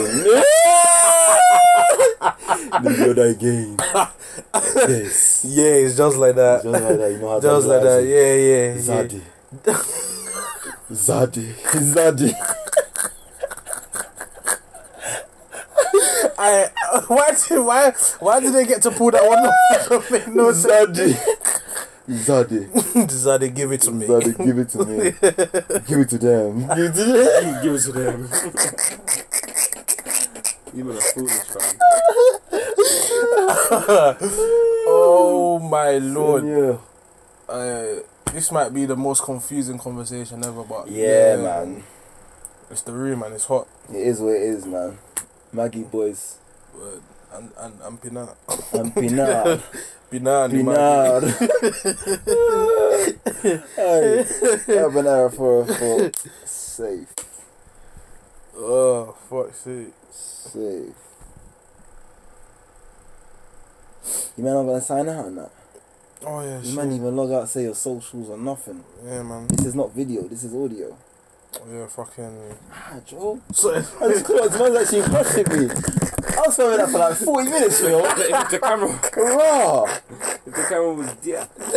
Speaker 4: the other again. yes.
Speaker 2: Yeah, it's just like that.
Speaker 4: Just like that, you know how
Speaker 2: Just
Speaker 4: to
Speaker 2: like that.
Speaker 4: realize
Speaker 2: Yeah, yeah.
Speaker 4: it.
Speaker 2: yeah.
Speaker 4: Zaddy. Zaddy. Zaddy.
Speaker 2: I why did why why did they get to pull that one off? That don't make no sense.
Speaker 4: Zaddy. Zaddy.
Speaker 2: Zaddy, give it to me.
Speaker 4: Zaddy, give it to me. give it to them. Give it to them.
Speaker 10: Give it to them. you men are foolish, fam.
Speaker 2: Oh my lord!
Speaker 4: Yeah.
Speaker 2: Uh, this might be the most confusing conversation ever, but
Speaker 4: yeah, man.
Speaker 2: it's the room and it's hot.
Speaker 4: It is what it is, man. Maggie boys.
Speaker 2: Uh, and and and Pinar,
Speaker 4: And Pinar.
Speaker 2: Pinar, and Imani.
Speaker 4: Pinar. hey, Habanero for for safe,
Speaker 2: Oh fuck, sake!
Speaker 4: safe. You man not gonna sign out or not?
Speaker 2: Oh yeah,
Speaker 4: You
Speaker 2: shit.
Speaker 4: man even log out, say your socials or nothing.
Speaker 2: yeah, man.
Speaker 4: This is not video. This is audio.
Speaker 2: Yeah, fucking.
Speaker 4: Ah, Joe.
Speaker 2: So
Speaker 4: I just caught this man's actually crushing me. I was filming that for like forty minutes, yo.
Speaker 10: if the camera,
Speaker 4: Raw. I
Speaker 10: if the camera was yeah,
Speaker 4: was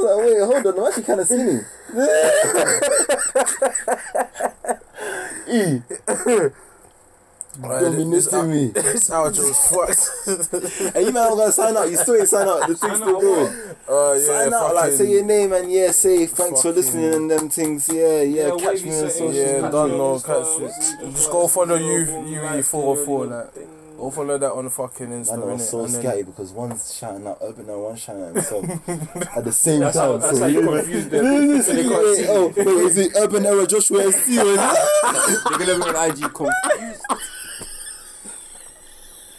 Speaker 4: like, wait, hold on. I'm actually kind of skinny. e,
Speaker 2: Right, this,
Speaker 4: dominating me.
Speaker 2: this outro is fucked.
Speaker 4: And you man, I'm gonna sign out. You still ain't sign out. The thing's still going.
Speaker 2: Oh yeah,
Speaker 4: sign out. Like
Speaker 2: fucking-
Speaker 4: say your name and yeah, say thanks for
Speaker 2: fucking-
Speaker 4: listening and them things. Yeah, yeah.
Speaker 10: Yeah,
Speaker 4: catch
Speaker 10: wavy
Speaker 4: me on
Speaker 10: settings,
Speaker 4: social.
Speaker 2: Yeah,
Speaker 10: Catch
Speaker 2: don't
Speaker 10: me on
Speaker 2: know,
Speaker 10: Insta,
Speaker 2: catch
Speaker 10: you.
Speaker 2: Just go follow you,
Speaker 10: Boom,
Speaker 2: you,
Speaker 10: like,
Speaker 2: you four or four,
Speaker 10: your
Speaker 2: like.
Speaker 10: thing.
Speaker 2: Go follow that on fucking Insta.
Speaker 4: Man, I was
Speaker 2: innit?
Speaker 4: so
Speaker 2: And then-
Speaker 4: scatty because one's shouting out Urban and one's shouting out himself at the same
Speaker 10: That's how-
Speaker 4: time.
Speaker 10: that's
Speaker 4: so
Speaker 10: how you
Speaker 4: yeah.
Speaker 10: confuse them.
Speaker 4: This
Speaker 10: They
Speaker 4: is-
Speaker 10: can't see.
Speaker 4: Oh, wait, is it Urban Era Joshua SC? or is it-
Speaker 10: They're gonna be on IG confused.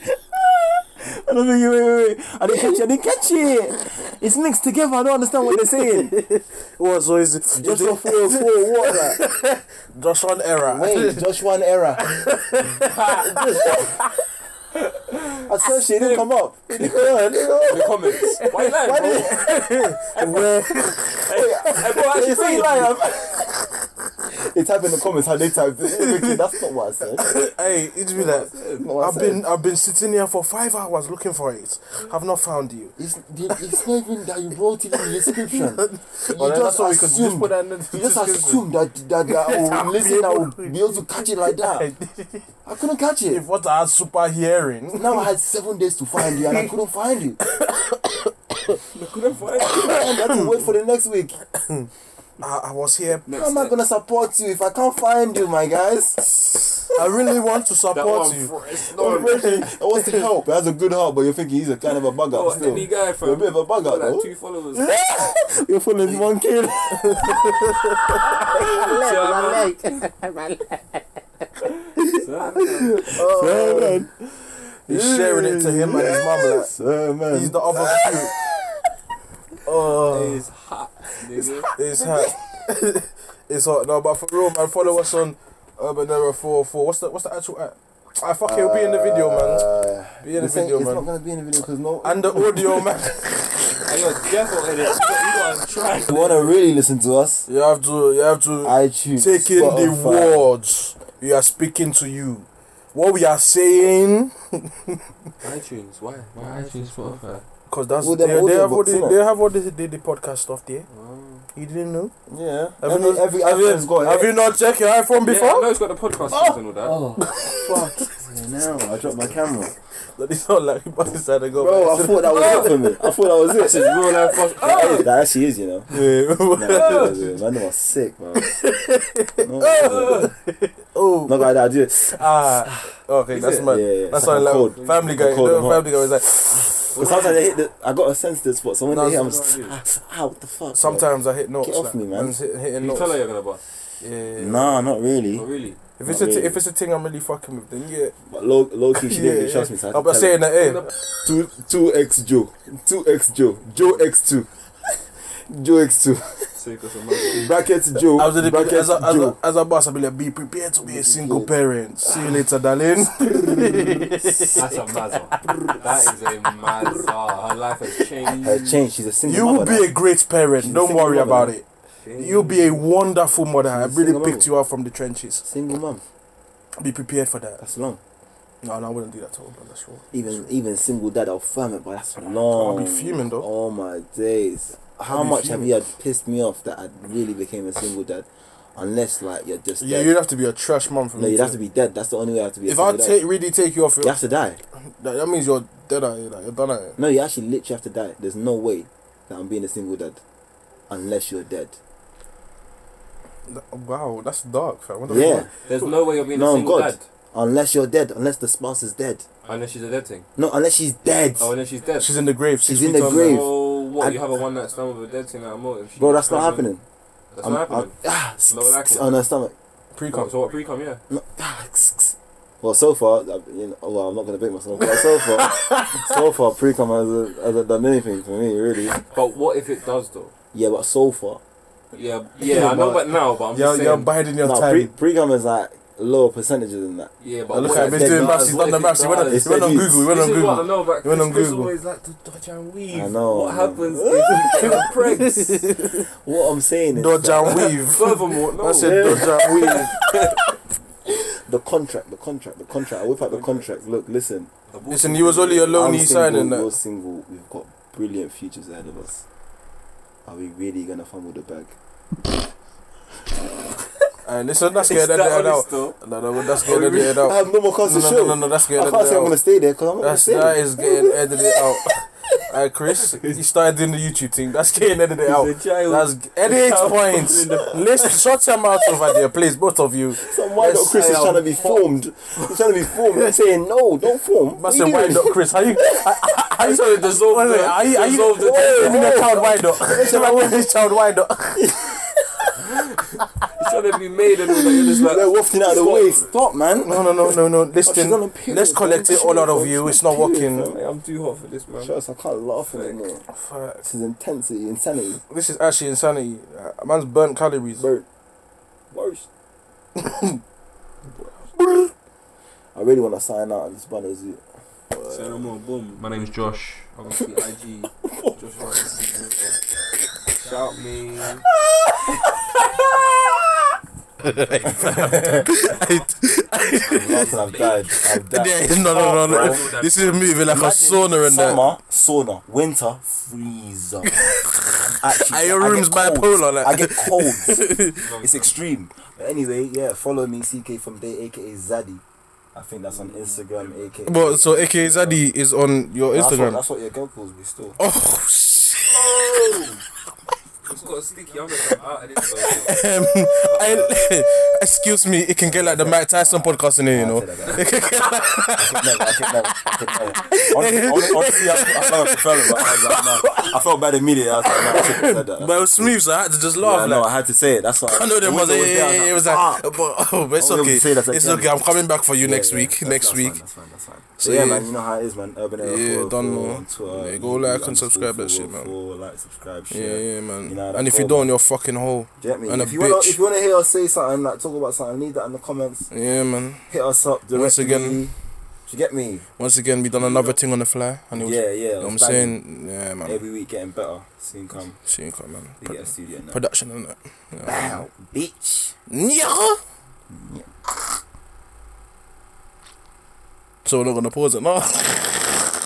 Speaker 4: I don't think. Wait, wait, wait. I didn't catch it. I didn't catch it. It's mixed together. I don't understand what they're saying.
Speaker 2: What, so is it? Just,
Speaker 4: Joshua four oh four. What? Like?
Speaker 2: just one error.
Speaker 4: Wait, Joshua and Era. I said she didn't come up. It didn't come up. It didn't come up.
Speaker 10: The comments. Why you lying, bro? Hey, bro, actually,
Speaker 4: It's
Speaker 10: say
Speaker 4: really
Speaker 10: it.
Speaker 4: like, um, they type in the comments how they type. That's not what I said.
Speaker 2: Hey, it's me that.
Speaker 4: That's not what I
Speaker 2: I've
Speaker 4: said.
Speaker 2: been I've been sitting here for five hours looking for it. I've not found you.
Speaker 4: It's, it's not even that you wrote it in the description.
Speaker 2: Well, then
Speaker 4: You just
Speaker 2: that's what we could just
Speaker 4: assumed.
Speaker 2: put that in the
Speaker 4: You just
Speaker 2: description.
Speaker 4: assumed that that, that I
Speaker 2: I'll
Speaker 4: will
Speaker 2: be
Speaker 4: listen. I
Speaker 2: able
Speaker 4: will
Speaker 2: to-
Speaker 4: be able to catch it like that. I couldn't catch it.
Speaker 2: If what I had super hearing,
Speaker 4: Now I had seven days to find you, and I couldn't find you.
Speaker 10: I couldn't find it.
Speaker 4: I had to wait for the next week.
Speaker 2: I, I was here.
Speaker 4: How am I gonna support you if I can't find you, my guys?
Speaker 2: I really want to
Speaker 10: That
Speaker 2: support
Speaker 10: one,
Speaker 2: you.
Speaker 10: fr- it's
Speaker 4: I
Speaker 10: not.
Speaker 4: want to help. He has a good heart, but you're thinking he's a kind of a bug
Speaker 10: Oh,
Speaker 4: out still.
Speaker 10: any guy, fam.
Speaker 4: You're a bit of a bug out,
Speaker 10: Got
Speaker 4: though.
Speaker 10: like two followers.
Speaker 4: You're following one kid.
Speaker 10: Yeah, man.
Speaker 4: Oh. Amen.
Speaker 2: He's sharing it to him and his mum. Like, he's
Speaker 4: Amen.
Speaker 2: the other two. Oh,
Speaker 4: Oh.
Speaker 10: It's hot, nigga.
Speaker 2: it's hot. it's hot. No, but for real, man, follow us on Urban Era 404. What's the what's the actual app? I fuck it, it'll be in the video, man.
Speaker 4: Uh,
Speaker 2: Be in the
Speaker 4: this ain't-
Speaker 2: video,
Speaker 4: it's not
Speaker 2: man.
Speaker 4: gonna be in the video because no.
Speaker 2: And the audio, man.
Speaker 10: Hey, you're devil in it. You gotta try.
Speaker 4: If you wanna really listen to us,
Speaker 2: You have to, you have to
Speaker 4: iTunes,
Speaker 2: take in the
Speaker 4: Spotify,
Speaker 2: words we are speaking to you. What we are saying.
Speaker 10: iTunes, why?
Speaker 5: Why iTunes Spotify?
Speaker 2: Because that's
Speaker 4: All
Speaker 2: they,
Speaker 4: them
Speaker 2: they
Speaker 4: audio
Speaker 2: have all
Speaker 4: books,
Speaker 2: the,
Speaker 4: innit?
Speaker 2: they have all the, the, the podcast stuff there. You didn't know?
Speaker 4: Yeah.
Speaker 2: Have
Speaker 4: every
Speaker 2: you not,
Speaker 4: every
Speaker 2: have
Speaker 4: iPhone's
Speaker 2: you,
Speaker 4: got
Speaker 2: have you not checked your iPhone
Speaker 5: Yeah,
Speaker 2: before?
Speaker 5: no, it's got the podcast oh. and all that.
Speaker 6: Oh,
Speaker 4: now I dropped my camera.
Speaker 2: But it's not like you must decide to go.
Speaker 4: Bro, I
Speaker 2: back.
Speaker 4: thought that was it for me. I thought that was it.
Speaker 5: This is real life podcast.
Speaker 2: Oh!
Speaker 4: That, is, that actually is, you know.
Speaker 2: Yeah.
Speaker 4: Nah, that is it. man, them are sick, man. No, no,
Speaker 2: oh,
Speaker 4: no, I do it.
Speaker 2: ah, okay, that's
Speaker 4: it?
Speaker 2: my.
Speaker 4: Yeah, yeah, it's
Speaker 2: That's
Speaker 4: like
Speaker 2: why
Speaker 4: I'm
Speaker 2: like
Speaker 4: cold.
Speaker 2: Family Guy.
Speaker 4: cold,
Speaker 2: no,
Speaker 4: I'm hot.
Speaker 2: family Guy is like
Speaker 4: Because sometimes they hit the. I got a sensitive spot, so when
Speaker 2: No,
Speaker 4: they hit, I'm
Speaker 2: it's
Speaker 4: just. Ah, ah, what the fuck?
Speaker 2: sometimes I hit notes.
Speaker 4: Get off
Speaker 2: like,
Speaker 4: me, man.
Speaker 2: man's hit- hitting
Speaker 5: You
Speaker 2: notes.
Speaker 5: tell her you're gonna
Speaker 10: Oh,
Speaker 5: bust.
Speaker 2: Yeah, yeah, yeah.
Speaker 4: Nah, not really.
Speaker 5: Not really.
Speaker 2: If it's
Speaker 4: Not
Speaker 2: a t-
Speaker 4: really.
Speaker 2: if it's a thing I'm really fucking with, then yeah.
Speaker 4: But low, low key, she
Speaker 2: yeah,
Speaker 4: didn't really trust
Speaker 2: yeah.
Speaker 4: me. So I had
Speaker 2: I'm
Speaker 4: to
Speaker 2: not
Speaker 4: tell
Speaker 2: saying that.
Speaker 5: Tell
Speaker 2: Eh.
Speaker 5: her-
Speaker 4: two two X Joe, two X Joe, Joe X two, Joe X two,
Speaker 5: So you got some money.
Speaker 4: bracket Joe,
Speaker 2: I was a bit,
Speaker 4: bracket
Speaker 2: as a, as
Speaker 4: Joe.
Speaker 2: a, as a boss, I'd be like, be prepared to be a single parent. See you later, darling.
Speaker 5: That's a mazza. that is a mazza. Her life has changed.
Speaker 4: Her change. She's a single.
Speaker 2: you will
Speaker 4: mother
Speaker 2: be a
Speaker 4: now.
Speaker 2: great
Speaker 4: She's
Speaker 2: parent.
Speaker 4: a
Speaker 2: Don't
Speaker 4: single
Speaker 2: worry
Speaker 4: mother
Speaker 2: about
Speaker 4: now.
Speaker 2: it. You'll be a wonderful mother. I
Speaker 4: She's a
Speaker 2: really
Speaker 4: single
Speaker 2: picked you out from the trenches.
Speaker 4: single mom.
Speaker 2: Be prepared for that.
Speaker 4: That's long.
Speaker 2: No, no, I wouldn't do that to her, but that's wrong.
Speaker 4: Even even single dad, I'll firm it, but that's long.
Speaker 2: I'll be fuming, though.
Speaker 4: Oh my days! How
Speaker 2: I'll be
Speaker 4: much have
Speaker 2: fuming.
Speaker 4: you had pissed me off that I really became a single dad? Unless like you're just
Speaker 2: Yeah,
Speaker 4: dead.
Speaker 2: you'd have to be a trash mom for
Speaker 4: no,
Speaker 2: me.
Speaker 4: you'd have to be dead. That's the only way I have to be. a
Speaker 2: If I
Speaker 4: single dad.
Speaker 2: take really take you off, your,
Speaker 4: you have to die.
Speaker 2: that, that means you're dead out here. Like, you're done out here.
Speaker 4: No, you actually literally have to die. There's no way that I'm being a single dad, unless you're dead.
Speaker 2: That- Wow, that's dark, fam. What the
Speaker 4: Yeah.
Speaker 2: fuck?
Speaker 5: There's no way of being
Speaker 4: No,
Speaker 5: a single
Speaker 4: God.
Speaker 5: dad
Speaker 4: Unless you're dead, unless the spouse is dead.
Speaker 5: unless Oh, she's a dead thing.
Speaker 4: No, unless she's dead.
Speaker 5: Oh, and then she's dead.
Speaker 2: She's in the grave.
Speaker 4: She's
Speaker 2: six uh,
Speaker 4: in
Speaker 2: feet
Speaker 4: the
Speaker 2: under.
Speaker 4: grave.
Speaker 5: Oh, what?
Speaker 4: I-
Speaker 5: you have a one night stand with a dead thing at a motive. She-
Speaker 4: Bro, that's not happening.
Speaker 5: That's
Speaker 4: I'm-
Speaker 5: not happening.
Speaker 4: Ah,
Speaker 5: Low lacking.
Speaker 4: on her stomach.
Speaker 5: Pre-com.
Speaker 2: Pre-com.
Speaker 5: So what? Pre-com, yeah.
Speaker 4: No, ah, Well, so far, uh, you know, well, I'm not gonna beat myself. But so far, so far, pre-com hasn't, hasn't done anything for me, really.
Speaker 5: But what if it does though?
Speaker 4: Yeah, but so far,
Speaker 5: Yeah, yeah, I know but now, but I'm
Speaker 2: You're,
Speaker 5: just
Speaker 2: you're
Speaker 5: saying.
Speaker 2: biding your
Speaker 4: no,
Speaker 2: time.
Speaker 4: pre- pre-com is like lower percentages than that.
Speaker 5: yeah,
Speaker 2: I
Speaker 5: but
Speaker 2: look
Speaker 5: what if
Speaker 2: at him,
Speaker 5: it
Speaker 2: he's doing
Speaker 5: does?
Speaker 2: maths, he's
Speaker 5: What
Speaker 2: done the
Speaker 5: if it
Speaker 2: maths, he went on,
Speaker 5: does?
Speaker 2: he went on
Speaker 4: It's-
Speaker 2: Google, he went
Speaker 5: This
Speaker 2: on
Speaker 5: is what I
Speaker 2: Google.
Speaker 5: know about
Speaker 2: He went
Speaker 5: Chris.
Speaker 2: on
Speaker 5: Chris
Speaker 2: Google.
Speaker 5: always like to dodge and weave.
Speaker 4: I know,
Speaker 5: What
Speaker 4: I know.
Speaker 5: happens if you kill pregs?
Speaker 4: What I'm saying is
Speaker 2: Dodge
Speaker 4: that
Speaker 2: and weave.
Speaker 5: Furthermore, no.
Speaker 2: I said dodge and weave.
Speaker 4: the contract, the contract, the contract. I whip out the contract. Look, listen.
Speaker 2: Listen, you was only a
Speaker 4: I'm
Speaker 2: lonely signing
Speaker 4: single,
Speaker 2: that.
Speaker 4: You're single. We've got brilliant futures ahead of us. Are we really gonna fumble the bag?
Speaker 2: And listen, that's
Speaker 5: Is
Speaker 2: good. That,
Speaker 5: that
Speaker 2: that,
Speaker 5: honest
Speaker 2: that,
Speaker 5: though?
Speaker 2: no, no, that's good. That, that,
Speaker 4: I
Speaker 2: that.
Speaker 4: have no more cards
Speaker 2: No, no,
Speaker 4: to show.
Speaker 2: no, no, no, that's
Speaker 4: I
Speaker 2: getting
Speaker 4: can't
Speaker 2: edited
Speaker 4: say I'm gonna
Speaker 2: out.
Speaker 4: stay there because I'm not gonna
Speaker 2: That's,
Speaker 4: stay.
Speaker 2: that
Speaker 4: there.
Speaker 2: is getting edited out. Alright, Chris, you started doing the YouTube thing. That's getting edited out.
Speaker 5: He's a child.
Speaker 2: That's g- 88 points. Let's shut your mouth over there, please, both of you.
Speaker 4: Some wide
Speaker 2: Yes,
Speaker 4: up Chris
Speaker 2: I
Speaker 4: is
Speaker 2: am.
Speaker 4: trying to be formed. He's trying to be formed. I'm saying no, don't form.
Speaker 2: Man said, why not, Chris? How you? How you?
Speaker 5: Sorry, dissolve
Speaker 2: Wait, wait,
Speaker 5: the-
Speaker 2: Are you? Are you?
Speaker 5: dissolve the-
Speaker 2: Wait, Give me the child, why not? Give me the child, why not?
Speaker 5: He's trying to be made and all that. You're just like,
Speaker 4: They're wafting out of the way. Stop, man.
Speaker 2: No, no, no, no,
Speaker 5: Oh,
Speaker 2: no.
Speaker 4: Oh, She's on a
Speaker 2: Listen,
Speaker 4: period,
Speaker 2: let's collect
Speaker 4: man.
Speaker 2: it all out of
Speaker 4: She's
Speaker 2: you.
Speaker 4: on
Speaker 2: It's
Speaker 4: a
Speaker 2: not
Speaker 4: period,
Speaker 2: working.
Speaker 5: Like, I'm too hot for this, man.
Speaker 4: Trust, I can't laugh anymore.
Speaker 2: Fuck.
Speaker 4: This is intensity, insanity.
Speaker 2: This is actually insanity. Uh, Man's burnt calories.
Speaker 4: Bro, worse. I really want to sign out and this brother is it.
Speaker 5: Sarah Moore, boom. My name's Josh. Obviously, IG. Josh Roberts. Shout me.
Speaker 4: I've died. I've died.
Speaker 2: no, no, no, no. This is moving like a sauna and that.
Speaker 4: Summer, sauna. Winter, freezer. Actually,
Speaker 2: Are your
Speaker 4: I get
Speaker 2: rooms
Speaker 4: colds.
Speaker 2: bipolar, like?
Speaker 4: I get colds. it's extreme. But anyway, yeah, follow me, CK from Day, aka Zaddy. I think that's on Instagram, aka.
Speaker 2: But Mm. so, aka Zaddy is on your
Speaker 4: That's what,
Speaker 2: Instagram.
Speaker 4: that's what your girl calls me still.
Speaker 2: Oh shit!
Speaker 5: It's got a sticky. I'm gonna come out of this. though.
Speaker 2: Um, I, excuse me, it can get like the Mike Tyson podcast in here, you
Speaker 4: I'll
Speaker 2: know.
Speaker 4: say that, I could never, I could never, I could never. Honestly, honestly I, I felt like fell, but I was like, no. I felt bad immediately. I was like, no, I shouldn't have said that.
Speaker 2: But it was smooth, so I had to just
Speaker 4: yeah,
Speaker 2: laugh.
Speaker 4: no,
Speaker 2: like,
Speaker 4: I had to say it. That's why.
Speaker 2: I know there
Speaker 4: the
Speaker 2: was,
Speaker 4: window
Speaker 2: yeah, yeah,
Speaker 4: there,
Speaker 2: yeah, it was like,
Speaker 4: ah.
Speaker 2: but, oh, but it's
Speaker 4: I
Speaker 2: okay.
Speaker 4: wasn't able to say that
Speaker 2: It's
Speaker 4: again.
Speaker 2: okay. I'm coming back for you
Speaker 4: Yeah,
Speaker 2: next
Speaker 4: yeah,
Speaker 2: week.
Speaker 4: that's-
Speaker 2: Next
Speaker 4: that's
Speaker 2: week.
Speaker 4: Fine, that's fine, that's fine.
Speaker 2: So,
Speaker 4: So yeah,
Speaker 2: yeah.
Speaker 4: man, you know how it is, man. Urban Era.
Speaker 2: Yeah,
Speaker 4: 404
Speaker 2: don't know.
Speaker 4: on Twitter,
Speaker 2: Yeah, go like and
Speaker 4: underscore
Speaker 2: subscribe that shit, man.
Speaker 4: 404, Like, subscribe,
Speaker 2: Yeah,
Speaker 4: share.
Speaker 2: yeah, man.
Speaker 4: You know how that
Speaker 2: and if you
Speaker 4: goes,
Speaker 2: don't,
Speaker 4: man.
Speaker 2: you're fucking whole.
Speaker 4: Do you get me?
Speaker 2: And a
Speaker 4: if you want,
Speaker 2: bitch.
Speaker 4: if you want to hear us say something, like talk about something, leave that in the comments.
Speaker 2: Yeah, man.
Speaker 4: Hit us up directly.
Speaker 2: Once again-
Speaker 4: Do you get me?
Speaker 2: Once again, we done another thing on the fly, and it was,
Speaker 4: Yeah, yeah.
Speaker 2: you know what I'm
Speaker 4: banging.
Speaker 2: saying, yeah, man.
Speaker 4: every week getting better. Soon come.
Speaker 2: Soon come, man.
Speaker 4: We get a studio now.
Speaker 2: Production and that. Yeah.
Speaker 4: Wow, bitch.
Speaker 2: Yeah. So we're not gonna pause it now.